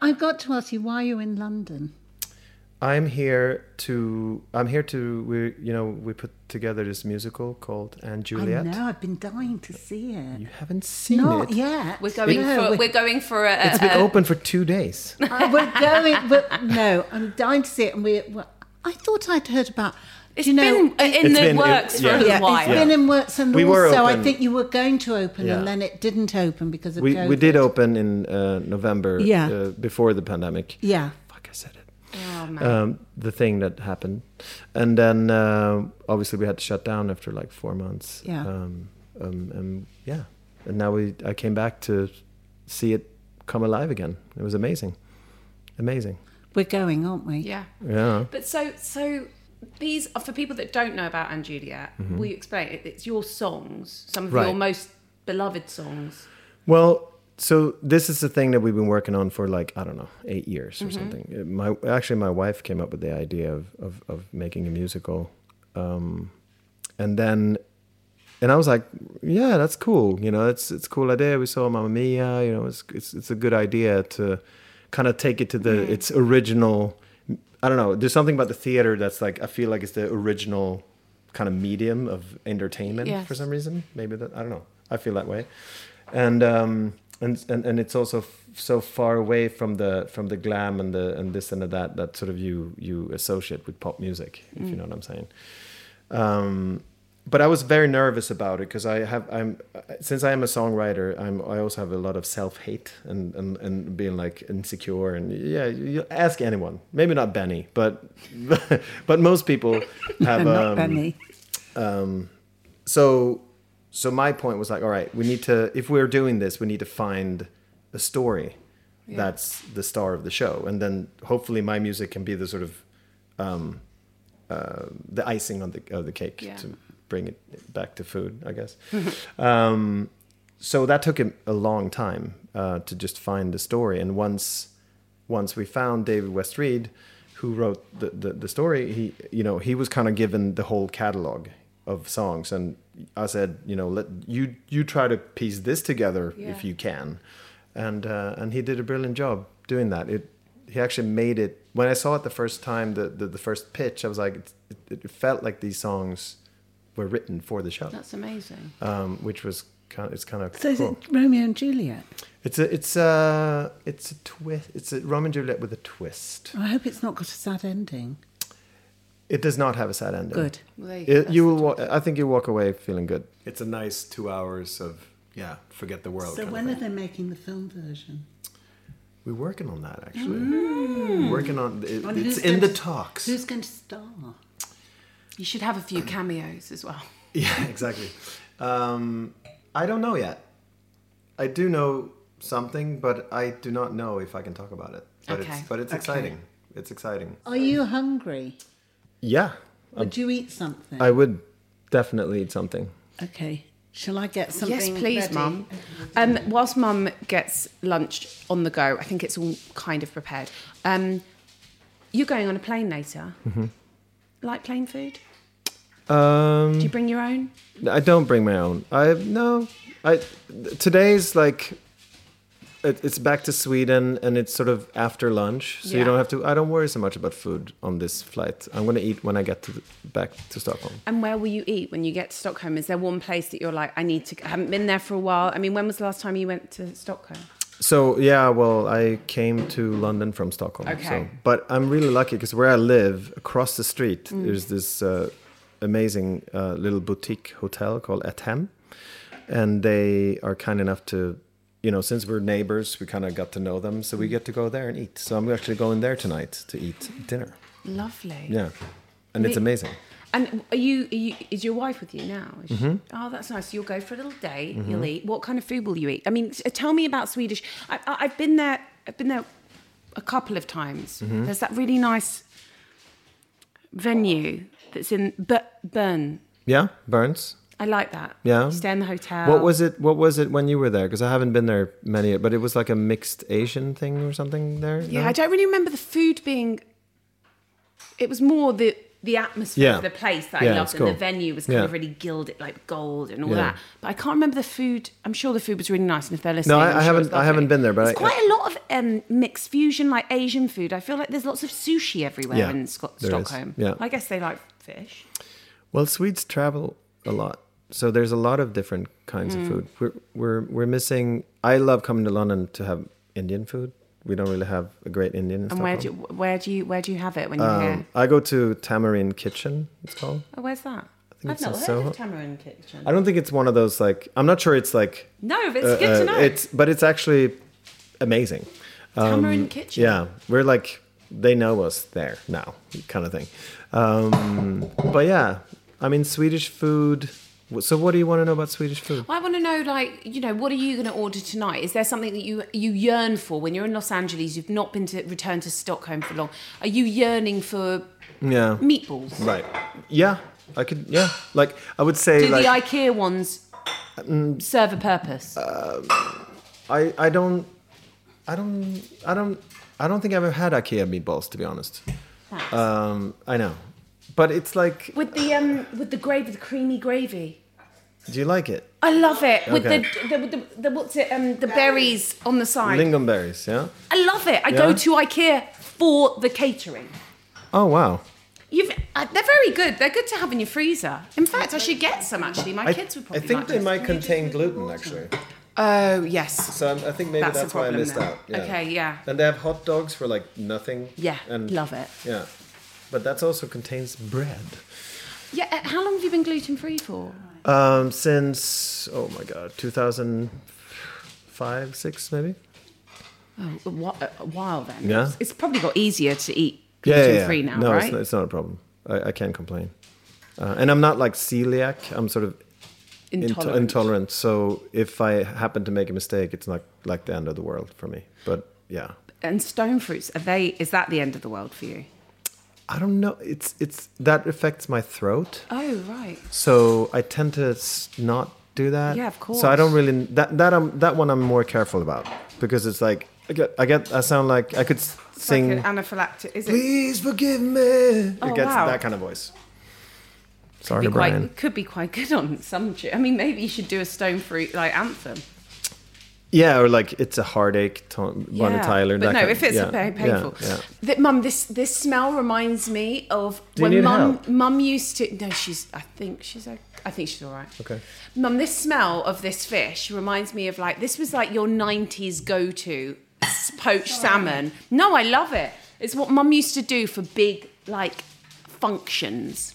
Speaker 2: I've got to ask you why you're in London.
Speaker 3: I'm here to, I'm here to, we, you know, we put together this musical called Anne Juliet.
Speaker 2: I know. I've been dying to see it.
Speaker 3: You haven't seen
Speaker 2: Not
Speaker 3: it.
Speaker 2: yet.
Speaker 1: We're going
Speaker 2: No,
Speaker 1: for
Speaker 2: we're,
Speaker 1: we're, going for a,
Speaker 3: It's
Speaker 1: a,
Speaker 3: been
Speaker 1: a-
Speaker 3: open for two days.
Speaker 2: uh, *laughs* we're going. But no, I'm dying to see it. And we. we I thought I'd heard about.
Speaker 1: It's
Speaker 2: do you know,
Speaker 1: been uh, in
Speaker 3: It's
Speaker 1: the
Speaker 3: been- it-
Speaker 1: works for
Speaker 3: yeah.
Speaker 1: a
Speaker 2: yeah,
Speaker 1: little while.
Speaker 2: it's been in works, and
Speaker 3: We were
Speaker 2: also I
Speaker 3: open.
Speaker 2: think you were going to open,
Speaker 3: Yeah.
Speaker 2: and then it didn't open because of
Speaker 3: we,
Speaker 2: COVID.
Speaker 3: we did open in uh, November
Speaker 2: Yeah.
Speaker 3: uh, before the pandemic.
Speaker 2: Yeah,
Speaker 3: Fuck, I said it. Um, the thing that happened. And then uh, obviously we had to shut down after like four months.
Speaker 2: Yeah.
Speaker 3: Um, um, and yeah. And now we I came back to see it come alive again. It was amazing. Amazing.
Speaker 2: we're going, aren't we?
Speaker 1: Yeah.
Speaker 3: Yeah.
Speaker 1: But so so these are for people that don't know about Anne Juliet. Will you explain it? It's your songs, some of
Speaker 3: Mm-hmm. Right.
Speaker 1: your most beloved songs.
Speaker 3: Well, so this is the thing that we've been working on for like I don't know eight years or something. Uh, My actually, my wife came up with the idea of of, of making a musical, um, and then. And I was like, "Yeah, that's cool. You know, it's it's a cool idea. We saw Mamma Mia. You know, it's it's it's a good idea to kind of take it to the its original. I don't know. There's something about the theater that's like I feel like it's the original kind of medium of entertainment for
Speaker 1: Yes.
Speaker 3: some reason. Maybe that I don't know. I feel that way, and um, and and and it's also f- so far away from the from the glam and the and this and the that that sort of you you associate with pop music, if you know what I'm saying. Um, but I was very nervous about it because I have I'm since I am a songwriter I'm I also have a lot of self hate and, and and being like insecure and yeah you, you ask anyone maybe not Benny but *laughs* but most
Speaker 2: *laughs*
Speaker 3: people have
Speaker 2: And not
Speaker 3: um,
Speaker 2: Benny.
Speaker 3: so so my point was like all right we need to if we're doing this we need to find a story that's the star of the show and then hopefully my music can be the sort of um, uh, the icing on the of the cake
Speaker 1: Yeah.
Speaker 3: to bring it back to food i guess um, so that took him a long time uh, to just find the story. And once once we found David West Reed, who wrote the, the, the story, he you know he was kind of given the whole catalog of songs, and I said, you know, let you you try to piece this together if you can, and uh, and he did a brilliant job doing that. It he actually made it. When I saw it the first time, the the, the first pitch, I was like, it, it, it felt like these songs were written for the show,
Speaker 1: That's amazing.
Speaker 3: um, which was kind of, it's kind of
Speaker 2: So is
Speaker 3: cool.
Speaker 2: it Romeo and Juliet?
Speaker 3: It's a it's a it's a twist. It's a Roman Juliet with a twist.
Speaker 2: I hope it's not got a sad ending.
Speaker 3: It does not have a sad ending.
Speaker 2: Good.
Speaker 1: Well, there you go.
Speaker 3: It, you will. Wa- I think you'll walk away feeling good.
Speaker 6: It's a nice two hours of yeah, forget the
Speaker 3: Oh,
Speaker 6: world.
Speaker 2: So
Speaker 6: kind of
Speaker 2: when are
Speaker 6: thing.
Speaker 2: they making the film version?
Speaker 3: We're working on that actually. We're working on it,
Speaker 2: And
Speaker 3: it's
Speaker 2: Mm. who's
Speaker 3: in
Speaker 2: gonna-
Speaker 3: the talks.
Speaker 2: Who's going to star?
Speaker 1: You should have a few cameos as well.
Speaker 3: *laughs* Yeah, exactly. Um, I don't know yet. I do know something, but I do not know if I can talk about it. But
Speaker 1: Okay.
Speaker 3: it's but it's exciting. It's exciting.
Speaker 2: Are you hungry?
Speaker 3: Yeah,
Speaker 2: Would you eat something?
Speaker 3: Um, I would definitely eat something.
Speaker 2: okay. Shall I get something?
Speaker 1: yes, please,
Speaker 2: ready?
Speaker 1: Mum. Um, whilst Mum gets lunch on the go, I think it's all kind of prepared. Um, you're going on a plane later.
Speaker 3: Mm-hmm.
Speaker 1: Like plane food?
Speaker 3: Um,
Speaker 1: Do you bring your own?
Speaker 3: I don't bring my own. I no. I today's like it, it's back to Sweden and it's sort of after lunch, so you
Speaker 1: Yeah.
Speaker 3: don't have to. I don't worry so much about food on this flight. I'm gonna eat when I get to the, back to Stockholm.
Speaker 1: And where will you eat when you get to Stockholm? Is there one place that you're like, I need to? I haven't been there for a while. I mean, when was the last time you went to Stockholm?
Speaker 3: So yeah, well, I came to London from Stockholm. So,
Speaker 1: Okay.
Speaker 3: but I'm really lucky because where I live, across the street,
Speaker 1: Mm.
Speaker 3: there's this uh, amazing uh, little boutique hotel called Etem, and they are kind enough to, you know, since we're neighbors, we kind of got to know them, so we get to go there and eat. So I'm actually going there tonight to eat dinner.
Speaker 1: Lovely.
Speaker 3: Yeah, and it's
Speaker 1: Me-
Speaker 3: amazing.
Speaker 1: And are you, are you? Is your wife with you now? Is she-
Speaker 3: Mm-hmm.
Speaker 1: oh, that's nice. You'll go for a little date. You'll eat. What kind of food will you eat? I mean, s- tell me about Swedish. I, I, I've been there. I've been there a couple of times.
Speaker 3: Mm-hmm.
Speaker 1: There's that really nice venue that's in Ber- Bern.
Speaker 3: Yeah, Burns.
Speaker 1: I like that.
Speaker 3: Yeah.
Speaker 1: You stay in the hotel.
Speaker 3: What was it? What was it when you were there? Because I haven't been there many, but it was like a mixed Asian thing or something there.
Speaker 1: Yeah,
Speaker 3: no?
Speaker 1: I don't really remember the food being. It was more the the atmosphere
Speaker 3: Yeah.
Speaker 1: of the place that
Speaker 3: Yeah,
Speaker 1: I
Speaker 3: it's
Speaker 1: loved,
Speaker 3: cool.
Speaker 1: and the venue was kind
Speaker 3: Yeah.
Speaker 1: of really gilded, like gold and all
Speaker 3: Yeah.
Speaker 1: that. But I can't remember the food. I'm sure the food was really nice, and if they're listening,
Speaker 3: I-
Speaker 1: I'm
Speaker 3: I
Speaker 1: sure
Speaker 3: haven't-
Speaker 1: it's
Speaker 3: I haven't
Speaker 1: lovely.
Speaker 3: been there, but
Speaker 1: There's
Speaker 3: I-
Speaker 1: quite a lot of um, mixed fusion, like Asian food. I feel like there's lots of sushi everywhere
Speaker 3: Yeah,
Speaker 1: in Scot-
Speaker 3: there is.
Speaker 1: Stockholm.
Speaker 3: Yeah.
Speaker 1: I guess they like fish.
Speaker 3: Well, Swedes travel a lot, so there's a lot of different kinds
Speaker 1: Hmm.
Speaker 3: of food. We're we're we're missing. I love coming to London to have Indian food. We don't really have a great Indian. In
Speaker 1: And where do you,
Speaker 3: Stockholm. Um,
Speaker 1: where do you where do you have it when you're here?
Speaker 3: I go to Tamarind Kitchen. It's called.
Speaker 1: Oh, where's that?
Speaker 3: think
Speaker 1: I've
Speaker 3: it's
Speaker 1: not
Speaker 3: in
Speaker 1: heard
Speaker 3: Soho.
Speaker 1: of Tamarind Kitchen.
Speaker 3: I don't think it's one of those like. I'm not sure it's like.
Speaker 1: No, but it's
Speaker 3: uh,
Speaker 1: good to
Speaker 3: uh,
Speaker 1: know.
Speaker 3: It's but it's actually amazing.
Speaker 1: Tamarind Kitchen.
Speaker 3: Yeah, we're like they know us there now, kind of thing. Um, but yeah, I mean Swedish food. So what do you want to know about Swedish food?
Speaker 1: Well, I want to know, like, you know, what are you going to order tonight? Is there something that you you yearn for when you're in Los Angeles? You've not been to return to Stockholm for long. Are you yearning for
Speaker 3: Yeah.
Speaker 1: meatballs?
Speaker 3: Right. Yeah, I could. Yeah, like I would say,
Speaker 1: Do
Speaker 3: like Mm. Uh,
Speaker 1: the IKEA ones serve a purpose?
Speaker 3: I, I don't, I don't, I don't, I don't think I've ever had IKEA meatballs to be honest. Um, I know, but it's like,
Speaker 1: with the um, with the gravy, the creamy gravy.
Speaker 3: do you like it?
Speaker 1: I love it with the,
Speaker 3: Okay.
Speaker 1: the, with the, the what's it um the berries on the side.
Speaker 3: Lingonberries, yeah.
Speaker 1: I love it. I go
Speaker 3: Yeah?
Speaker 1: to IKEA for the catering.
Speaker 3: Oh wow.
Speaker 1: You've, uh, they're very good. They're good to have in your freezer. In fact, I should get some actually. My
Speaker 3: I,
Speaker 1: kids would
Speaker 3: I
Speaker 1: probably.
Speaker 3: think
Speaker 1: like
Speaker 3: they
Speaker 1: this.
Speaker 3: might contain gluten actually.
Speaker 1: Oh yes.
Speaker 3: So I'm, I think maybe
Speaker 1: That's
Speaker 3: that's,
Speaker 1: the
Speaker 3: why I
Speaker 1: problem
Speaker 3: missed
Speaker 1: then.
Speaker 3: out. Yeah.
Speaker 1: Okay, yeah.
Speaker 3: And they have hot dogs for like nothing.
Speaker 1: Yeah,
Speaker 3: And
Speaker 1: love it.
Speaker 3: Yeah, but that also contains bread.
Speaker 1: Yeah, uh, how long have you been gluten free for?
Speaker 3: Um, since oh my god, 2005, six maybe.
Speaker 1: Oh, a, wh- a while then.
Speaker 3: Yeah.
Speaker 1: It's- It's probably got easier to eat
Speaker 3: Yeah, yeah,
Speaker 1: gluten
Speaker 3: yeah.
Speaker 1: free now,
Speaker 3: no,
Speaker 1: right?
Speaker 3: it's, not- it's not a problem. I, I can't complain. Uh, and I'm not like celiac. I'm sort of into-
Speaker 1: Intolerant.
Speaker 3: intolerant. So if I happen to make a mistake, it's not like the end of the world for me. But yeah,
Speaker 1: And stone fruits, are they? Is that the end of the world for you?
Speaker 3: I don't know. It's it's that affects my throat.
Speaker 1: Oh right.
Speaker 3: So I tend to s- not do that.
Speaker 1: Yeah, of
Speaker 3: So I don't
Speaker 1: course.
Speaker 3: really that that um that one I'm more careful about because it's like I get I get I sound like I could s-
Speaker 1: It's
Speaker 3: sing.
Speaker 1: like an anaphylactic. Is it?
Speaker 3: Please forgive me.
Speaker 1: Oh,
Speaker 3: it gets
Speaker 1: wow.
Speaker 3: that kind of voice. Sorry,
Speaker 1: Be quite,
Speaker 3: Brian.
Speaker 1: it could be quite good on some. tu- I mean, maybe you should do a stone fruit like anthem.
Speaker 3: Yeah, or like it's a heartache. Tom, Bonnie Tyler.
Speaker 1: But
Speaker 3: that
Speaker 1: no,
Speaker 3: kind-
Speaker 1: if it's
Speaker 3: yeah,
Speaker 1: very painful.
Speaker 3: Yeah, yeah.
Speaker 1: Th- mum, this this smell reminds me of
Speaker 3: Do you
Speaker 1: when
Speaker 3: need
Speaker 1: mum
Speaker 3: help?
Speaker 1: mum used to. No, she's. I think she's. o- I think she's all right.
Speaker 3: Okay.
Speaker 1: Mum, this smell of this fish reminds me of like this was like your '90s go-to s- poached salmon. No, I love it. It's what mum used to do for big like functions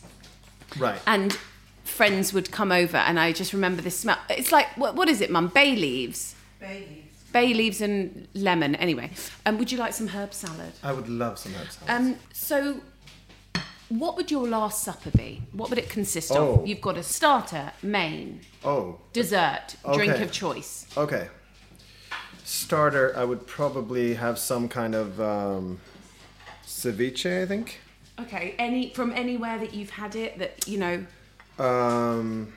Speaker 3: Right.
Speaker 1: and friends would come over and I just remember this smell. It's like what, what is it, Mum? Bay leaves. Bay leaves. Bay leaves and lemon. Anyway, um, would you like some herb salad?
Speaker 3: I would love some herb salad.
Speaker 1: Um, so, what would your last supper be? What would it consist
Speaker 3: Oh.
Speaker 1: of? You've got a starter, main,
Speaker 3: oh,
Speaker 1: dessert, drink
Speaker 3: Okay.
Speaker 1: of choice.
Speaker 3: okay. Starter, I would probably have some kind of um, ceviche. I think.
Speaker 1: Okay. Any from anywhere that you've had it that you know.
Speaker 3: Um,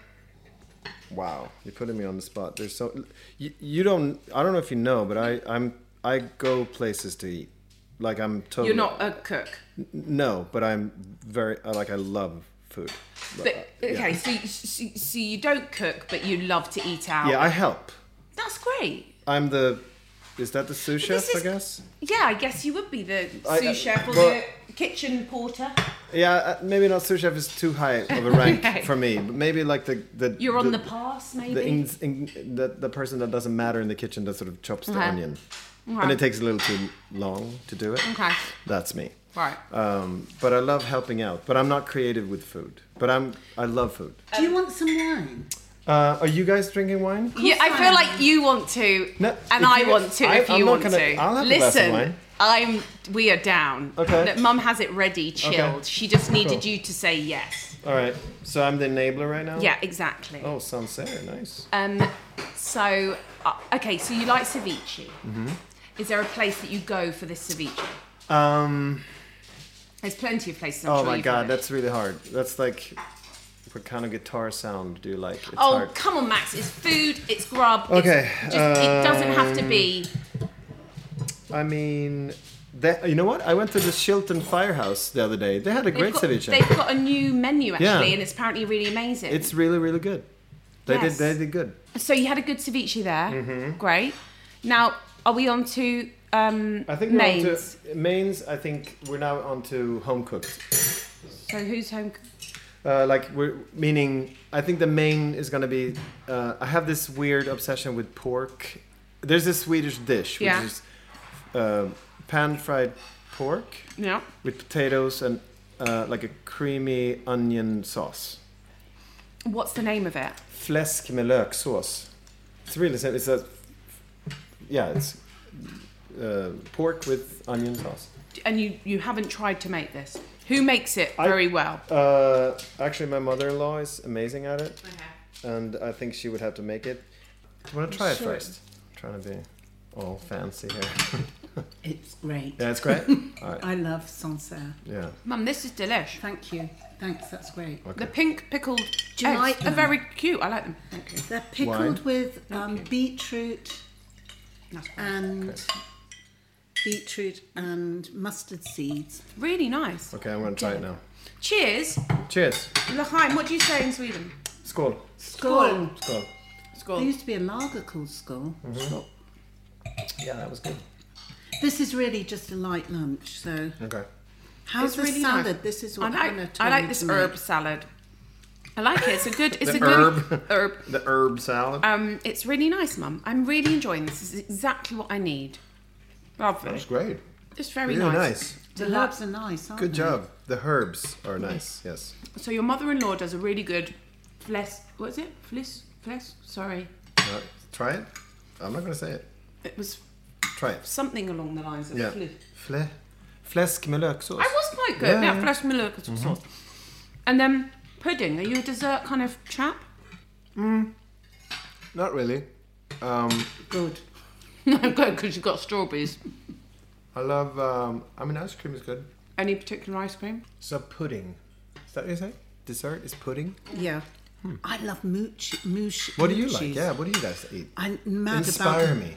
Speaker 3: wow, you're putting me on the spot. There's so you, you don't. I don't know if you know, but I I'm I go places to eat. Like I'm totally.
Speaker 1: You're not a cook.
Speaker 3: No, but I'm very I- like I love food.
Speaker 1: But okay, so, you- so so you don't cook, but you love to eat out.
Speaker 3: Yeah, I help.
Speaker 1: That's great.
Speaker 3: I'm the. Is that the sous chef?
Speaker 1: This
Speaker 3: I
Speaker 1: is-
Speaker 3: guess.
Speaker 1: Yeah, I guess you would be the
Speaker 3: I- uh,
Speaker 1: sous chef or
Speaker 3: well-
Speaker 1: the kitchen porter.
Speaker 3: Yeah, uh, maybe not sous chef is too high of a rank
Speaker 1: *laughs* Okay.
Speaker 3: for me. But maybe like the the.
Speaker 1: You're on the pass,
Speaker 3: The,
Speaker 1: maybe?
Speaker 3: ins in, the the person that doesn't matter in the kitchen that sort of chops the
Speaker 1: Okay.
Speaker 3: onion, and
Speaker 1: Okay.
Speaker 3: it takes a little too long to do it.
Speaker 1: Okay.
Speaker 3: That's me.
Speaker 1: Right.
Speaker 3: Um, but I love helping out. But I'm not creative with food. But I'm I love food.
Speaker 2: Do you want some wine?
Speaker 3: Uh, are you guys drinking wine?
Speaker 1: Yeah, I feel like you want to,
Speaker 3: No, if
Speaker 1: and I
Speaker 3: you-
Speaker 1: want to.
Speaker 3: I-
Speaker 1: if
Speaker 3: I'm
Speaker 1: you
Speaker 3: not
Speaker 1: want
Speaker 3: gonna-
Speaker 1: to,
Speaker 3: I'll have a glass of
Speaker 1: listen.
Speaker 3: wine.
Speaker 1: I'm. We are down.
Speaker 3: Okay.
Speaker 1: Look, Mum has it ready, chilled. She just needed
Speaker 3: Cool.
Speaker 1: you to say yes.
Speaker 3: All right. So I'm the enabler right now.
Speaker 1: Yeah, exactly.
Speaker 3: Oh, Sancerre, nice.
Speaker 1: Um. So, uh, okay. So you like ceviche? Mm-hmm. Is there a place that you go for this ceviche?
Speaker 3: Um.
Speaker 1: There's plenty of places. I'm
Speaker 3: Oh
Speaker 1: sure
Speaker 3: my
Speaker 1: you've
Speaker 3: God,
Speaker 1: heard.
Speaker 3: that's really hard. That's like, what kind of guitar sound do you like? It's
Speaker 1: Oh,
Speaker 3: hard.
Speaker 1: come on, Max. It's food, it's grub.
Speaker 3: Okay, um,
Speaker 1: It's just, it doesn't have to be.
Speaker 3: I mean, that, you know what? I went to the Shilton Firehouse the other day. They had a
Speaker 1: They've
Speaker 3: great
Speaker 1: got,
Speaker 3: ceviche.
Speaker 1: they've got a new menu, actually,
Speaker 3: Yeah.
Speaker 1: and it's apparently really amazing.
Speaker 3: It's really, really good. They
Speaker 1: Yes.
Speaker 3: did. They did good.
Speaker 1: So you had a good ceviche there.
Speaker 3: Mm-hmm.
Speaker 1: Great. Now, are we on to um,
Speaker 3: I think we're
Speaker 1: mains?
Speaker 3: on to mains. I think we're now on to home cooked.
Speaker 1: So who's home?
Speaker 3: Uh, like we're meaning, I think the main is gonna be. Uh, I have this weird obsession with pork. There's this Swedish dish which
Speaker 1: Yeah.
Speaker 3: is uh, pan fried pork
Speaker 1: Yeah.
Speaker 3: with potatoes and uh, like a creamy onion sauce.
Speaker 1: What's the name of it?
Speaker 3: Fläsk med löksås. It's really simple. It's a yeah. It's uh, pork with onion sauce.
Speaker 1: And you, you haven't tried to make this. Who makes it
Speaker 3: I-
Speaker 1: very well?
Speaker 3: Uh, actually, my mother-in-law is amazing at it, and I think she would have to make it. Do you want to try it first? I'm trying to be all fancy here. *laughs*
Speaker 2: It's great.
Speaker 3: yeah, it's great. all right.
Speaker 2: I love Sancerre.
Speaker 3: Yeah.
Speaker 1: Mum, this is delish.
Speaker 2: Thank you. Thanks, that's great.
Speaker 1: The pink pickled
Speaker 2: Do you
Speaker 1: eggs
Speaker 2: like
Speaker 1: are
Speaker 2: them?
Speaker 1: very cute. I like them. Thank you.
Speaker 2: They're pickled with um, beetroot
Speaker 1: That's
Speaker 2: and beetroot and mustard seeds.
Speaker 1: really nice.
Speaker 3: Okay, I'm gonna try it now.
Speaker 1: Cheers.
Speaker 3: Cheers.
Speaker 1: Laheim, what do you say in Sweden?
Speaker 3: Skål.
Speaker 2: Skull.
Speaker 3: Skål.
Speaker 1: Oh.
Speaker 2: There used to be a lager called Skull.
Speaker 3: Mm-hmm. Yeah, that was good.
Speaker 2: This is really just a light lunch. So,
Speaker 3: Okay.
Speaker 2: how's the
Speaker 1: really nice.
Speaker 2: salad? This is
Speaker 1: I
Speaker 2: what I'm going
Speaker 1: like,
Speaker 2: to
Speaker 1: I like this herb salad. I like it. It's a good. It's
Speaker 3: The
Speaker 1: a good
Speaker 3: *laughs* herb. Uh,
Speaker 1: herb.
Speaker 3: The herb salad.
Speaker 1: Um, it's really nice, Mum. I'm really enjoying this. This is exactly what I need. Lovely.
Speaker 3: That's great.
Speaker 1: It's very
Speaker 3: Really nice.
Speaker 2: The herbs are nice, aren't
Speaker 3: Good
Speaker 2: they?
Speaker 3: job. The herbs are nice. Yes.
Speaker 1: So your mother-in-law does a really good fles. What is it? Flis. Fles. Sorry,
Speaker 3: Uh, try it. I'm not gonna say it.
Speaker 1: it was
Speaker 3: Try it.
Speaker 1: something along the lines of
Speaker 3: Yeah.
Speaker 1: flis.
Speaker 3: Fle- fläsk med löksås.
Speaker 1: I was quite good.
Speaker 3: Yeah,
Speaker 1: Yeah,
Speaker 3: yeah. Mm-hmm.
Speaker 1: flesh milk and sauce. And then pudding. Are you a dessert kind of chap? *laughs*
Speaker 3: Not really. Um,
Speaker 2: Good.
Speaker 1: No, good because you've got strawberries.
Speaker 3: I love. Um, I mean, ice cream is good.
Speaker 1: Any particular ice cream?
Speaker 3: It's a pudding. Is that what you say? Dessert is pudding.
Speaker 2: Yeah. I love mooch, mooch.
Speaker 3: Hmm. What do you like?
Speaker 2: moochies.
Speaker 3: Yeah, what do you guys eat?
Speaker 2: I'm mad
Speaker 3: Inspire
Speaker 2: about.
Speaker 3: me.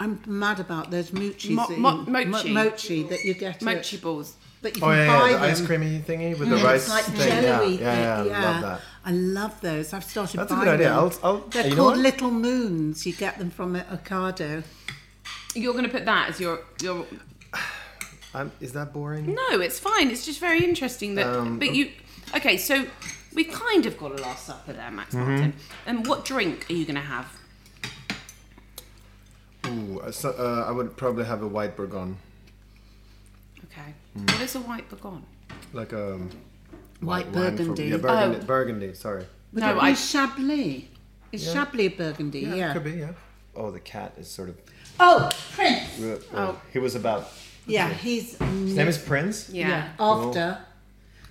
Speaker 2: I'm mad about those moochies.
Speaker 1: Mo-
Speaker 2: that
Speaker 1: mo-
Speaker 2: you- mo-
Speaker 1: mochi.
Speaker 2: mochi that you get. at-
Speaker 1: Mochi balls.
Speaker 2: That you can
Speaker 3: Oh yeah, yeah,
Speaker 2: buy
Speaker 3: the
Speaker 2: them.
Speaker 3: ice creamy thingy with the
Speaker 2: And
Speaker 3: rice
Speaker 2: it's like
Speaker 3: thing.
Speaker 2: jello-y
Speaker 3: yeah, yeah, yeah,
Speaker 2: thing.
Speaker 3: love that.
Speaker 2: I love those. I've started
Speaker 3: That's a
Speaker 2: buying
Speaker 3: good idea.
Speaker 2: them.
Speaker 3: I'll- I'll-
Speaker 2: They're
Speaker 3: you know
Speaker 2: called
Speaker 3: what?
Speaker 2: Little Moons. You get them from Ocado.
Speaker 1: You're going to put that as your your.
Speaker 3: Um, is that boring?
Speaker 1: No, it's fine. It's just very interesting that.
Speaker 3: Um,
Speaker 1: but you, okay, so we kind of got a last supper there, Max
Speaker 3: Mm-hmm.
Speaker 1: Martin. And what drink are you going to have?
Speaker 3: Ooh, uh, so, uh, I would probably have a white bourgogne,
Speaker 1: Okay,
Speaker 3: Mm.
Speaker 1: what is a white bourgogne?
Speaker 3: like a um,
Speaker 2: White
Speaker 3: wine from-
Speaker 2: burgundy.
Speaker 3: yeah, burgundy.
Speaker 1: Oh.
Speaker 3: Burgundy. Sorry.
Speaker 2: Would
Speaker 1: No,
Speaker 2: that be
Speaker 1: I-
Speaker 2: Chablis? Is Chablis Burgundy? Yeah.
Speaker 3: Could be. Yeah. Oh, the cat is sort of.
Speaker 2: Oh, Prince.
Speaker 3: Uh, oh. He was about.
Speaker 2: Yeah, he's
Speaker 3: His name is Prince.
Speaker 1: Yeah.
Speaker 2: after.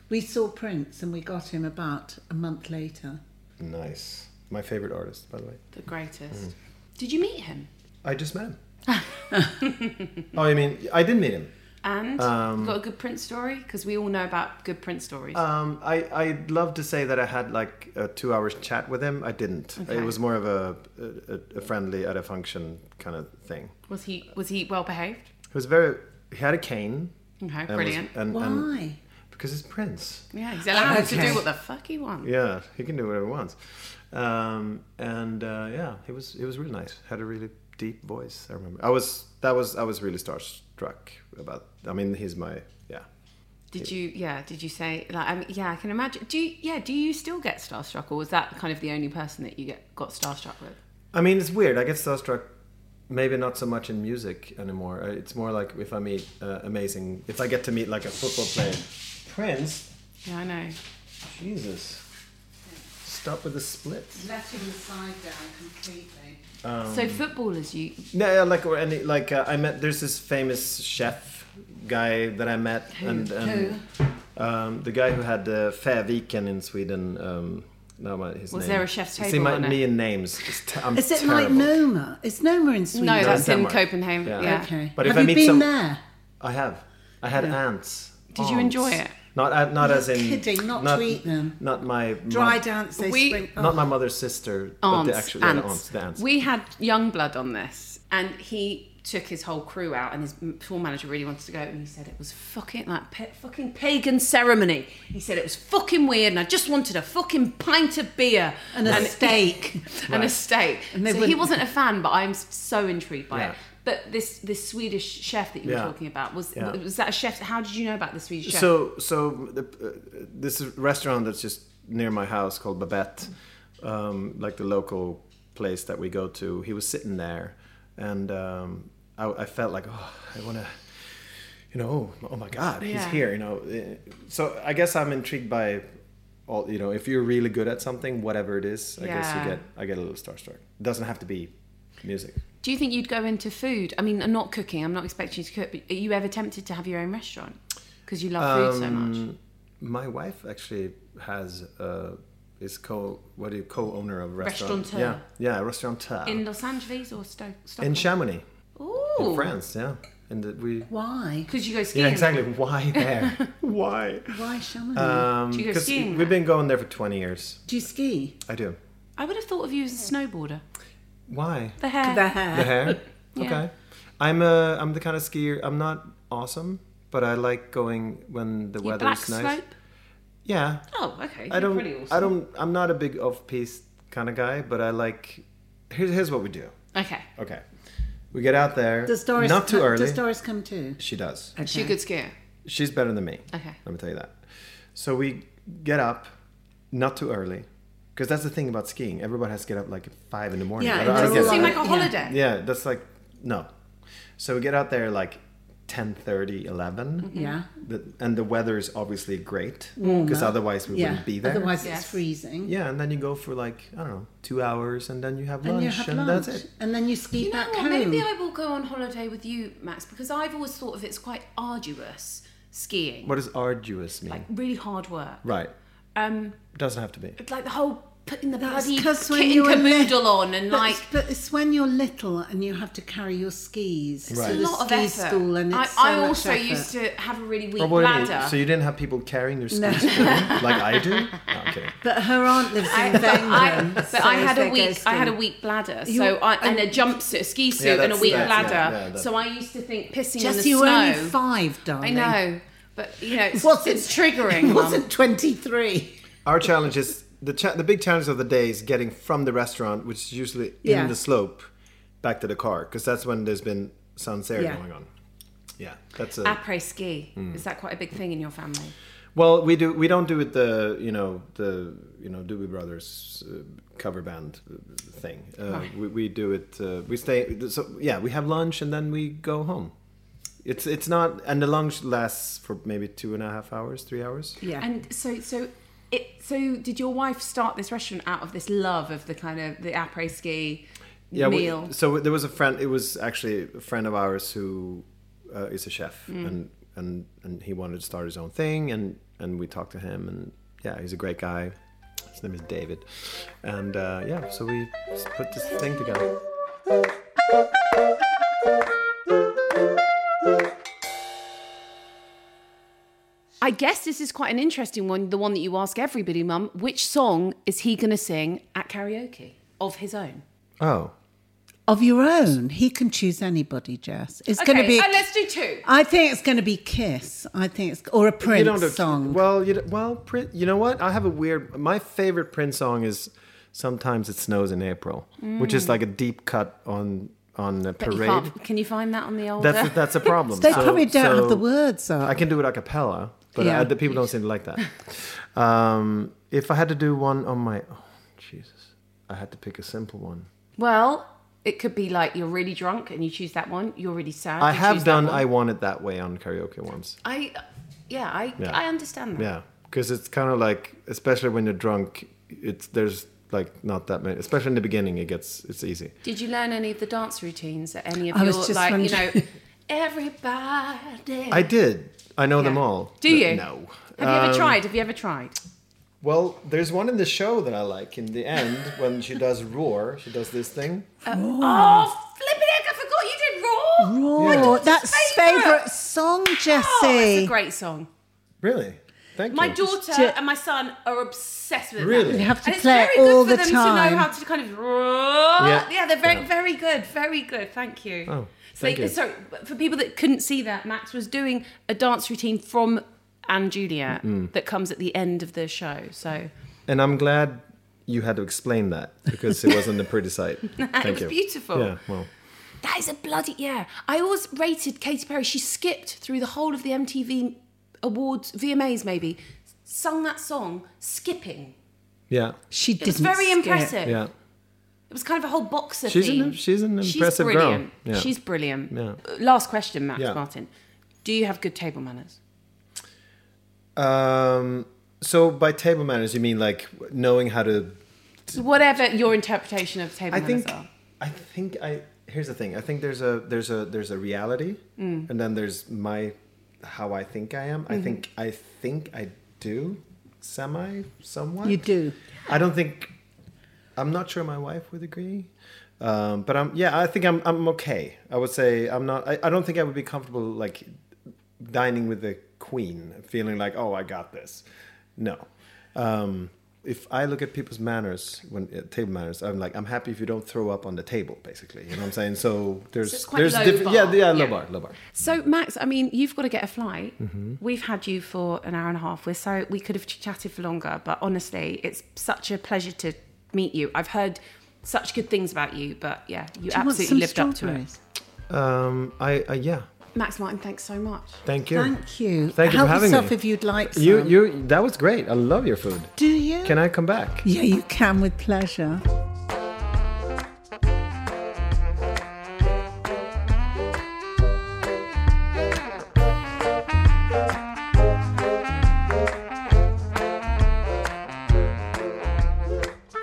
Speaker 2: We saw Prince and we got him about a month later.
Speaker 3: Nice. My favorite artist, by the way.
Speaker 1: the
Speaker 3: Mm.
Speaker 1: greatest. Did you meet him?
Speaker 3: I just
Speaker 2: *laughs*
Speaker 3: met him. oh, I mean, I did meet him.
Speaker 1: And you got a good print story because we all know about good print stories.
Speaker 3: Um, I I'd love to say that I had like a two hours chat with him. I didn't. It was more of a a, a friendly at a function kind of thing.
Speaker 1: was he was he well behaved?
Speaker 3: He was very. He had a cane.
Speaker 1: Okay,
Speaker 3: and was-
Speaker 1: brilliant.
Speaker 3: and, and-
Speaker 2: Why?
Speaker 3: because he's Prince.
Speaker 1: yeah, he's allowed to
Speaker 2: Okay.
Speaker 1: do what the fuck he wants.
Speaker 3: Yeah, he can do whatever he wants. Um, and uh, yeah, he was he was really nice. Had a really deep voice. I remember. I was that was I was really starstruck about. I mean, he's my yeah.
Speaker 1: Did you? Yeah. Did you say like? I mean, yeah, I can imagine. Do you, yeah? Do you still get starstruck, or was that kind of the only person that you get got starstruck with?
Speaker 3: I mean, it's weird. I get starstruck. Maybe not so much in music anymore. Uh, It's more like if I meet uh, amazing. If I get to meet like a football player, Prince.
Speaker 1: Yeah, I know.
Speaker 3: Jesus, stop with the splits.
Speaker 2: Letting the side down completely.
Speaker 3: Um,
Speaker 1: so footballers, you
Speaker 3: No, yeah, like or any like uh, I met. There's this famous chef guy that I met, and, and um, the guy who had uh, Färviken in Sweden. Um, no, my, his
Speaker 1: Was
Speaker 3: name.
Speaker 1: there a chef's
Speaker 3: See,
Speaker 1: table
Speaker 3: my,
Speaker 1: on it?
Speaker 3: me and names. It's te- I'm
Speaker 2: Is it
Speaker 3: terrible.
Speaker 2: like Noma? It's Noma in Sweden.
Speaker 1: no, that's in
Speaker 3: Denmark.
Speaker 1: Copenhagen. Yeah.
Speaker 3: Yeah.
Speaker 2: Okay.
Speaker 3: But if
Speaker 2: Have
Speaker 3: I
Speaker 2: you
Speaker 3: meet
Speaker 2: been
Speaker 3: some-
Speaker 2: there?
Speaker 3: I have. I had ants.
Speaker 1: Did you enjoy
Speaker 3: Ants.
Speaker 1: it?
Speaker 3: Not uh, not as in
Speaker 2: kidding, not to eat them.
Speaker 3: Not my
Speaker 2: Dry
Speaker 3: mom-
Speaker 2: dance. They
Speaker 1: We-
Speaker 2: spring.
Speaker 3: Not my mother's sister, but the actual yeah, the aunts, the aunts.
Speaker 1: We had young blood on this, and he took his whole crew out, and his m- tour manager really wanted to go, and he said it was fucking like pa- fucking pagan ceremony. He said it was fucking weird, and I just wanted a fucking pint of beer
Speaker 2: And a steak. *laughs*
Speaker 1: *laughs* and a steak.
Speaker 2: they
Speaker 1: so he
Speaker 2: wouldn't-
Speaker 3: *laughs*
Speaker 1: wasn't a fan, but I'm s- so intrigued by
Speaker 3: Yeah.
Speaker 1: it. But this this Swedish chef that you were
Speaker 3: Yeah.
Speaker 1: talking about was
Speaker 3: Yeah.
Speaker 1: was that a chef? How did you know about the Swedish chef?
Speaker 3: So, so the, uh, this restaurant that's just near my house called Babette, um, like the local place that we go to. He was sitting there, and um, I, I felt like, oh, I want to, you know, oh, oh my God, he's
Speaker 1: Yeah.
Speaker 3: here, you know. Uh, So I guess I'm intrigued by all, you know, if you're really good at something, whatever it is, I guess
Speaker 1: Yeah.
Speaker 3: you get, I get a little starstruck. It doesn't have to be music.
Speaker 1: Do you think you'd go into food? I mean, not cooking. I'm not expecting you to cook, but are you ever tempted to have your own restaurant because you love food so
Speaker 3: Um,
Speaker 1: much?
Speaker 3: My wife actually has uh, is co what do you co-owner of a restaurant?
Speaker 1: Restaurateur.
Speaker 3: Yeah, yeah, restaurateur
Speaker 1: In
Speaker 3: in,
Speaker 1: Los Angeles or Stoke? Stockholm?
Speaker 3: Chamonix,
Speaker 1: Ooh,
Speaker 3: in France. Yeah, and that we
Speaker 2: Why?
Speaker 1: Because you go skiing.
Speaker 3: yeah exactly.
Speaker 1: *laughs*
Speaker 3: Why there? Why?
Speaker 2: Why Chamonix?
Speaker 3: Um,
Speaker 1: Do you go
Speaker 3: 'cause
Speaker 1: skiing
Speaker 3: we've
Speaker 1: there?
Speaker 3: been going there for twenty years.
Speaker 2: Do you ski?
Speaker 3: I do.
Speaker 1: I would have thought of you as a snowboarder.
Speaker 3: Why
Speaker 1: The hair.
Speaker 2: The hair.
Speaker 3: the
Speaker 1: *laughs*
Speaker 3: hair? Okay, I'm a I'm the kind of skier. I'm not awesome, but I like going when the
Speaker 1: Your
Speaker 3: weather's
Speaker 1: black
Speaker 3: nice.
Speaker 1: slope.
Speaker 3: Yeah,
Speaker 1: Oh, okay.
Speaker 3: I
Speaker 1: You're
Speaker 3: don't.
Speaker 1: Pretty awesome.
Speaker 3: I don't. I'm not a big off-piece kind of guy, but I like. Here's here's what we do.
Speaker 1: Okay.
Speaker 3: Okay, we get out there.
Speaker 2: Does Doris
Speaker 3: not too
Speaker 2: co-
Speaker 3: early?
Speaker 2: Does Doris come too?
Speaker 3: she does.
Speaker 1: Is She a good skier.
Speaker 3: She's better than me.
Speaker 1: Okay.
Speaker 3: let me tell you that. So we get up, not too early, because that's the thing about skiing. Everybody has to get up like at five in the morning.
Speaker 2: Yeah,
Speaker 3: I
Speaker 2: it
Speaker 3: don't- I don't
Speaker 2: doesn't
Speaker 3: get
Speaker 1: Doesn't
Speaker 3: that.
Speaker 1: seem like a
Speaker 2: Yeah.
Speaker 1: holiday.
Speaker 3: Yeah, that's like no. So we get out there like 10, 11.
Speaker 2: Mm-hmm. Yeah.
Speaker 3: The, and the weather is obviously great because otherwise we
Speaker 2: Yeah.
Speaker 3: wouldn't be there.
Speaker 2: Otherwise,
Speaker 1: Yes.
Speaker 2: it's freezing.
Speaker 3: Yeah, and then you go for like I don't know two hours, and then you have
Speaker 2: And
Speaker 3: lunch,
Speaker 2: you have
Speaker 3: and
Speaker 2: lunch.
Speaker 3: that's it.
Speaker 2: And then you
Speaker 1: You
Speaker 2: ski
Speaker 1: know
Speaker 2: back
Speaker 1: what?
Speaker 2: home.
Speaker 1: Oh, Maybe I will go on holiday with you, Max, because I've always thought of it's quite arduous skiing.
Speaker 3: What does arduous mean?
Speaker 1: Like really hard work.
Speaker 3: right,
Speaker 1: Um,
Speaker 3: doesn't have to be.
Speaker 1: like the whole putting the
Speaker 2: That's
Speaker 1: bloody
Speaker 2: 'cause when
Speaker 1: kit
Speaker 2: you
Speaker 1: and
Speaker 2: were little-
Speaker 1: camoodle on and
Speaker 2: But
Speaker 1: like
Speaker 2: it's, but it's when you're little and you have to carry your skis
Speaker 1: it's
Speaker 2: to
Speaker 1: a
Speaker 2: the
Speaker 1: lot of
Speaker 2: ski
Speaker 1: effort.
Speaker 2: school, and
Speaker 1: I,
Speaker 2: it's so
Speaker 1: I
Speaker 2: much
Speaker 1: also
Speaker 2: effort.
Speaker 1: used to have a really weak
Speaker 3: Oh, what do you mean?
Speaker 1: bladder.
Speaker 3: So you didn't have people carrying their skis for you, like I do? No, I'm kidding.
Speaker 2: But her aunt lives in
Speaker 1: I,
Speaker 2: Vengland,
Speaker 1: but
Speaker 2: so
Speaker 1: I had
Speaker 2: they
Speaker 1: a
Speaker 2: go
Speaker 1: weak, I had a
Speaker 2: skiing.
Speaker 1: weak bladder,
Speaker 2: You-
Speaker 1: so I, and a jumpsuit, a ski suit, and a
Speaker 3: that's-
Speaker 1: weak
Speaker 3: that's- yeah,
Speaker 1: bladder.
Speaker 3: yeah, that-
Speaker 1: so I used to think pissing in
Speaker 2: Just
Speaker 1: the
Speaker 2: you were
Speaker 1: snow.
Speaker 2: only five,
Speaker 1: I
Speaker 2: darling.
Speaker 1: know, but you know, it's,
Speaker 2: Wasn't-
Speaker 1: it's
Speaker 2: *laughs*
Speaker 1: triggering. Mum.
Speaker 2: Wasn't twenty three.
Speaker 3: Our challenge is the cha- the big challenge of the day is getting from the restaurant, which is usually
Speaker 2: Yeah.
Speaker 3: in the slope, back to the car because that's when there's been sancerre
Speaker 2: Yeah.
Speaker 3: going on. Yeah, that's a
Speaker 1: Après ski
Speaker 3: Mm.
Speaker 1: is that quite a big thing in your family?
Speaker 3: well. We do we don't do it the you know the you know Doobie Brothers uh, cover band uh, thing. Uh, we, we do it. Uh, we stay. So yeah, we have lunch and then we go home. It's it's not and the lunch lasts for maybe two and a half hours, three hours.
Speaker 2: Yeah.
Speaker 1: And so, so it, so did your wife start this restaurant out of this love of the kind of the après ski
Speaker 3: we-
Speaker 1: meal?
Speaker 3: so there was a friend. It was actually a friend of ours who uh, is a chef,
Speaker 1: Mm.
Speaker 3: and and and he wanted to start his own thing, and and we talked to him, and yeah, he's a great guy. His name is David, and uh, yeah, so we s- put this thing together.
Speaker 1: I guess this is quite an interesting one, the one that you ask everybody, Mum. Which song is he going to sing at karaoke of his own?
Speaker 3: Oh,
Speaker 2: Of your own, he can choose anybody, Jess. It's going
Speaker 1: Okay,
Speaker 2: to be.
Speaker 1: uh, let's do two.
Speaker 2: I think it's going to be Kiss. I think it's or a Prince
Speaker 3: have-
Speaker 2: song.
Speaker 3: Well, you don't- well, Prince. You know what? I have a weird. My favorite Prince song is "Sometimes It Snows in April," which is like a deep cut on on a
Speaker 1: But Mm. you
Speaker 3: parade.
Speaker 1: can't- Can you find that on the old?
Speaker 3: That's that's a problem.
Speaker 2: they
Speaker 3: So-
Speaker 2: probably don't
Speaker 3: so-
Speaker 2: have the words up.
Speaker 3: Uh, I can do it a cappella, but
Speaker 2: Yeah.
Speaker 3: uh the people don't seem to like
Speaker 1: *laughs*
Speaker 3: that. um, if I had to do one on my, oh, Jesus, I had to pick a simple one.
Speaker 1: well, it could be like you're really drunk and you choose that one. You're really sad.
Speaker 3: I
Speaker 1: you
Speaker 3: have
Speaker 1: choose that
Speaker 3: done.
Speaker 1: one.
Speaker 3: I want it that way on karaoke once.
Speaker 1: I, yeah, I,
Speaker 3: Yeah.
Speaker 1: I understand that.
Speaker 3: Yeah, because it's kind of like, especially when you're drunk, it's there's like not that many. Especially in the beginning, it gets it's easy.
Speaker 1: Did you learn any of the dance routines at any of
Speaker 2: I
Speaker 1: your
Speaker 2: was just
Speaker 1: like you know?
Speaker 2: wondering. *laughs*
Speaker 1: Everybody.
Speaker 3: I did. um, I know them
Speaker 1: Yeah.
Speaker 3: all.
Speaker 1: Do
Speaker 3: N-
Speaker 1: you?
Speaker 3: No.
Speaker 1: have you ever tried? Have you ever tried?
Speaker 3: Well, there's one in the show that I like. In the end, when she does roar, she does this thing.
Speaker 2: Uh,
Speaker 1: Oh, flipping heck! I forgot you did raw.
Speaker 2: Roar. That's
Speaker 1: favourite.
Speaker 2: favourite song, Jesse.
Speaker 1: Oh, it's a great song.
Speaker 3: Really? Thank
Speaker 1: My
Speaker 3: you.
Speaker 1: daughter
Speaker 2: Ju-
Speaker 1: and my son are obsessed with it.
Speaker 3: Really?
Speaker 1: now.
Speaker 3: You
Speaker 2: have to
Speaker 1: and it's
Speaker 2: play
Speaker 1: very
Speaker 2: it all
Speaker 1: good for
Speaker 2: the
Speaker 1: them to
Speaker 2: time.
Speaker 1: know how to kind of.
Speaker 3: Yeah.
Speaker 1: Yeah, yeah they're very,
Speaker 3: Yeah.
Speaker 1: very good. Very good. Thank you.
Speaker 3: Oh,
Speaker 1: so,
Speaker 3: thank you.
Speaker 1: So, for people that couldn't see that, Max was doing a dance routine from Anne Juliet that comes at the end of the show. So,
Speaker 3: And I'm glad you had to explain that because it wasn't a pretty
Speaker 1: *laughs*
Speaker 3: sight. Thank
Speaker 1: was
Speaker 3: you.
Speaker 1: beautiful.
Speaker 3: Yeah, well,
Speaker 1: that is a bloody. Yeah. I always rated Katy Perry. She skipped through the whole of the MTV Awards, VMAs maybe, sung that song, skipping.
Speaker 3: yeah,
Speaker 2: She did.
Speaker 1: It was very impressive.
Speaker 3: yeah.
Speaker 1: It was kind of a whole box of
Speaker 3: She's
Speaker 1: theme.
Speaker 3: an- she's an impressive girl.
Speaker 1: brilliant.
Speaker 3: Yeah.
Speaker 1: She's brilliant.
Speaker 3: Yeah.
Speaker 1: Uh, Last question, Max
Speaker 3: Yeah.
Speaker 1: Martin. Do you have good table manners?
Speaker 3: Um, so by table manners, you mean like knowing how to?
Speaker 1: So whatever your interpretation of table
Speaker 3: I
Speaker 1: manners
Speaker 3: think.
Speaker 1: are.
Speaker 3: I think I. Here's the thing. I think there's a there's a there's a reality,
Speaker 1: Mm.
Speaker 3: and then there's my how I think I am.
Speaker 1: Mm-hmm.
Speaker 3: I think I think I do semi somewhat.
Speaker 2: You do.
Speaker 3: I don't think. I'm not sure my wife would agree, um, but I'm. Yeah, I think I'm. I'm okay. I would say I'm not. I, I don't think I would be comfortable like dining with the queen, feeling like, oh, I got this. No. Um, if I look at people's manners, when uh, table manners, I'm like, I'm happy if you don't throw up on the table, basically. You know what I'm saying? So there's
Speaker 1: So it's quite
Speaker 3: there's
Speaker 1: low
Speaker 3: different.
Speaker 1: bar.
Speaker 3: Yeah, yeah, low
Speaker 1: Yeah.
Speaker 3: bar, low bar.
Speaker 1: So Max, I mean, you've got to get a flight.
Speaker 2: Mm-hmm.
Speaker 1: We've had you for an hour and a half. We're so we could have chatted for longer, but honestly, it's such a pleasure to meet you. I've heard such good things about you, but yeah, you
Speaker 2: Do you want
Speaker 1: absolutely
Speaker 2: some
Speaker 1: lived up to it.
Speaker 2: strawberries?
Speaker 3: Um, I uh, yeah.
Speaker 1: Max Martin, thanks so much.
Speaker 3: Thank you.
Speaker 2: Thank you.
Speaker 3: Thank you
Speaker 2: Help
Speaker 3: for having
Speaker 2: yourself
Speaker 3: me.
Speaker 2: if you'd like some.
Speaker 3: You you that was great. I love your food.
Speaker 2: do you?
Speaker 3: Can I come back?
Speaker 2: Yeah, you can with pleasure.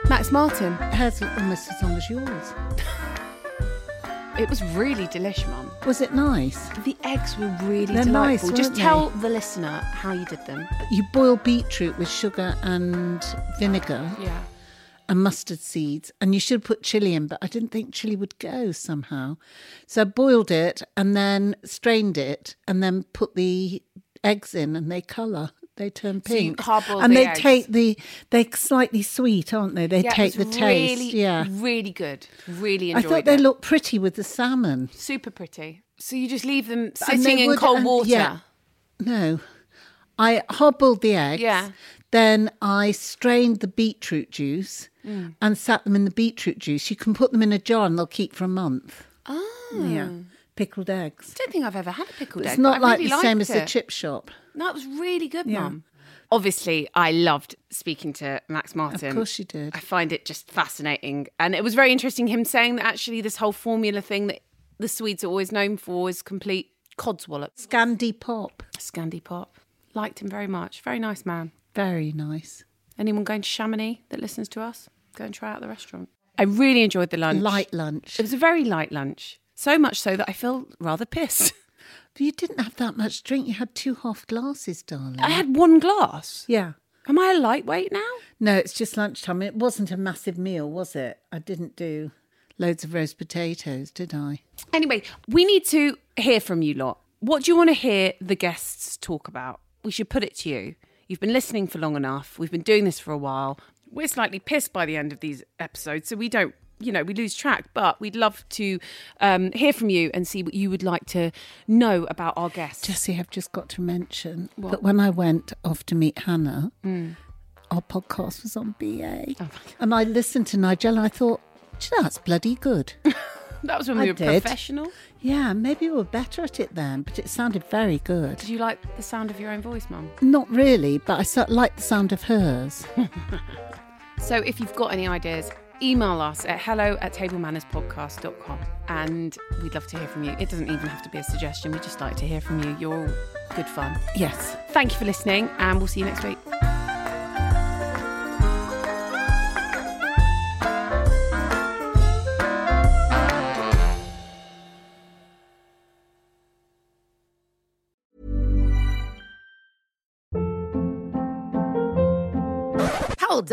Speaker 1: Max Martin,
Speaker 2: Hers was almost as long as yours.
Speaker 1: it was really delish, Mum.
Speaker 2: Was it nice?
Speaker 1: The eggs were really
Speaker 2: They're nice,
Speaker 1: delightful. Just
Speaker 2: weren't they?
Speaker 1: tell the listener how you did them.
Speaker 2: You boil beetroot with sugar and vinegar,
Speaker 1: Yeah.
Speaker 2: and mustard seeds. And you should put chili in, but I didn't think chili would go somehow. So I boiled it and then strained it and then put the eggs in and they colour. They turn
Speaker 1: So you
Speaker 2: pink.
Speaker 1: parboil
Speaker 2: and
Speaker 1: the
Speaker 2: they
Speaker 1: eggs.
Speaker 2: take the they're slightly sweet, aren't they? They
Speaker 1: Yeah,
Speaker 2: take
Speaker 1: it's
Speaker 2: the taste.
Speaker 1: Really,
Speaker 2: yeah.
Speaker 1: really good. Really
Speaker 2: I
Speaker 1: enjoyed
Speaker 2: thought they
Speaker 1: it.
Speaker 2: looked pretty with the salmon.
Speaker 1: super pretty. So you just leave them
Speaker 2: And
Speaker 1: sitting
Speaker 2: they
Speaker 1: in
Speaker 2: would-
Speaker 1: cold
Speaker 2: and-
Speaker 1: water.
Speaker 2: yeah. No. I hobbled the eggs.
Speaker 1: Yeah.
Speaker 2: Then I strained the beetroot juice
Speaker 1: Mm.
Speaker 2: and sat them in the beetroot juice. You can put them in a jar and they'll keep for a month.
Speaker 1: Oh.
Speaker 2: Yeah. Pickled eggs.
Speaker 1: I don't think I've ever had a pickled egg.
Speaker 2: It's
Speaker 1: but
Speaker 2: not
Speaker 1: I
Speaker 2: like
Speaker 1: really
Speaker 2: the same
Speaker 1: liked
Speaker 2: as the
Speaker 1: it.
Speaker 2: chip shop.
Speaker 1: That was really good,
Speaker 2: Yeah.
Speaker 1: Mum. Obviously, I loved speaking to Max Martin.
Speaker 2: Of course you did.
Speaker 1: I find it just fascinating. And it was very interesting him saying that actually this whole formula thing that the Swedes are always known for is complete codswallop.
Speaker 2: Scandi pop.
Speaker 1: Scandi pop. Liked him very much. Very nice man.
Speaker 2: Very nice.
Speaker 1: Anyone going to Chamonix that listens to us, go and try out the restaurant. I really enjoyed the lunch.
Speaker 2: Light lunch.
Speaker 1: It was a very light lunch. So much so that I feel rather
Speaker 2: *laughs*
Speaker 1: pissed.
Speaker 2: But you didn't have that much drink. You had two half glasses, darling.
Speaker 1: I had one glass.
Speaker 2: yeah.
Speaker 1: Am I a lightweight now?
Speaker 2: No, it's just lunchtime. It wasn't a massive meal, was it? I didn't do loads of roast potatoes, did I?
Speaker 1: Anyway, we need to hear from you lot. What do you want to hear the guests talk about? We should put it to you. You've been listening for long enough. We've been doing this for a while. We're slightly pissed by the end of these episodes, so we don't, you know, we lose track. But we'd love to um, hear from you and see what you would like to know about our guests.
Speaker 2: Jesse, I've just got to mention that when I went off to meet Hannah, our podcast was on BA. and I listened to Nigel and I thought, "Do you know, that's bloody *laughs* good.
Speaker 1: that was when we
Speaker 2: I
Speaker 1: were
Speaker 2: did.
Speaker 1: professional.
Speaker 2: yeah, maybe we were better at it then, but it sounded very good.
Speaker 1: Did you like the sound of your own voice, Mum?
Speaker 2: Not really, but I so- liked the sound of hers.
Speaker 1: So if you've got any ideas, email us at hello at tablemannerspodcast.com and we'd love to hear from you. It doesn't even have to be a suggestion, we just like to hear from you. You're all good fun.
Speaker 2: Yes.
Speaker 1: Thank you for listening and we'll see you next week.
Speaker 7: Hold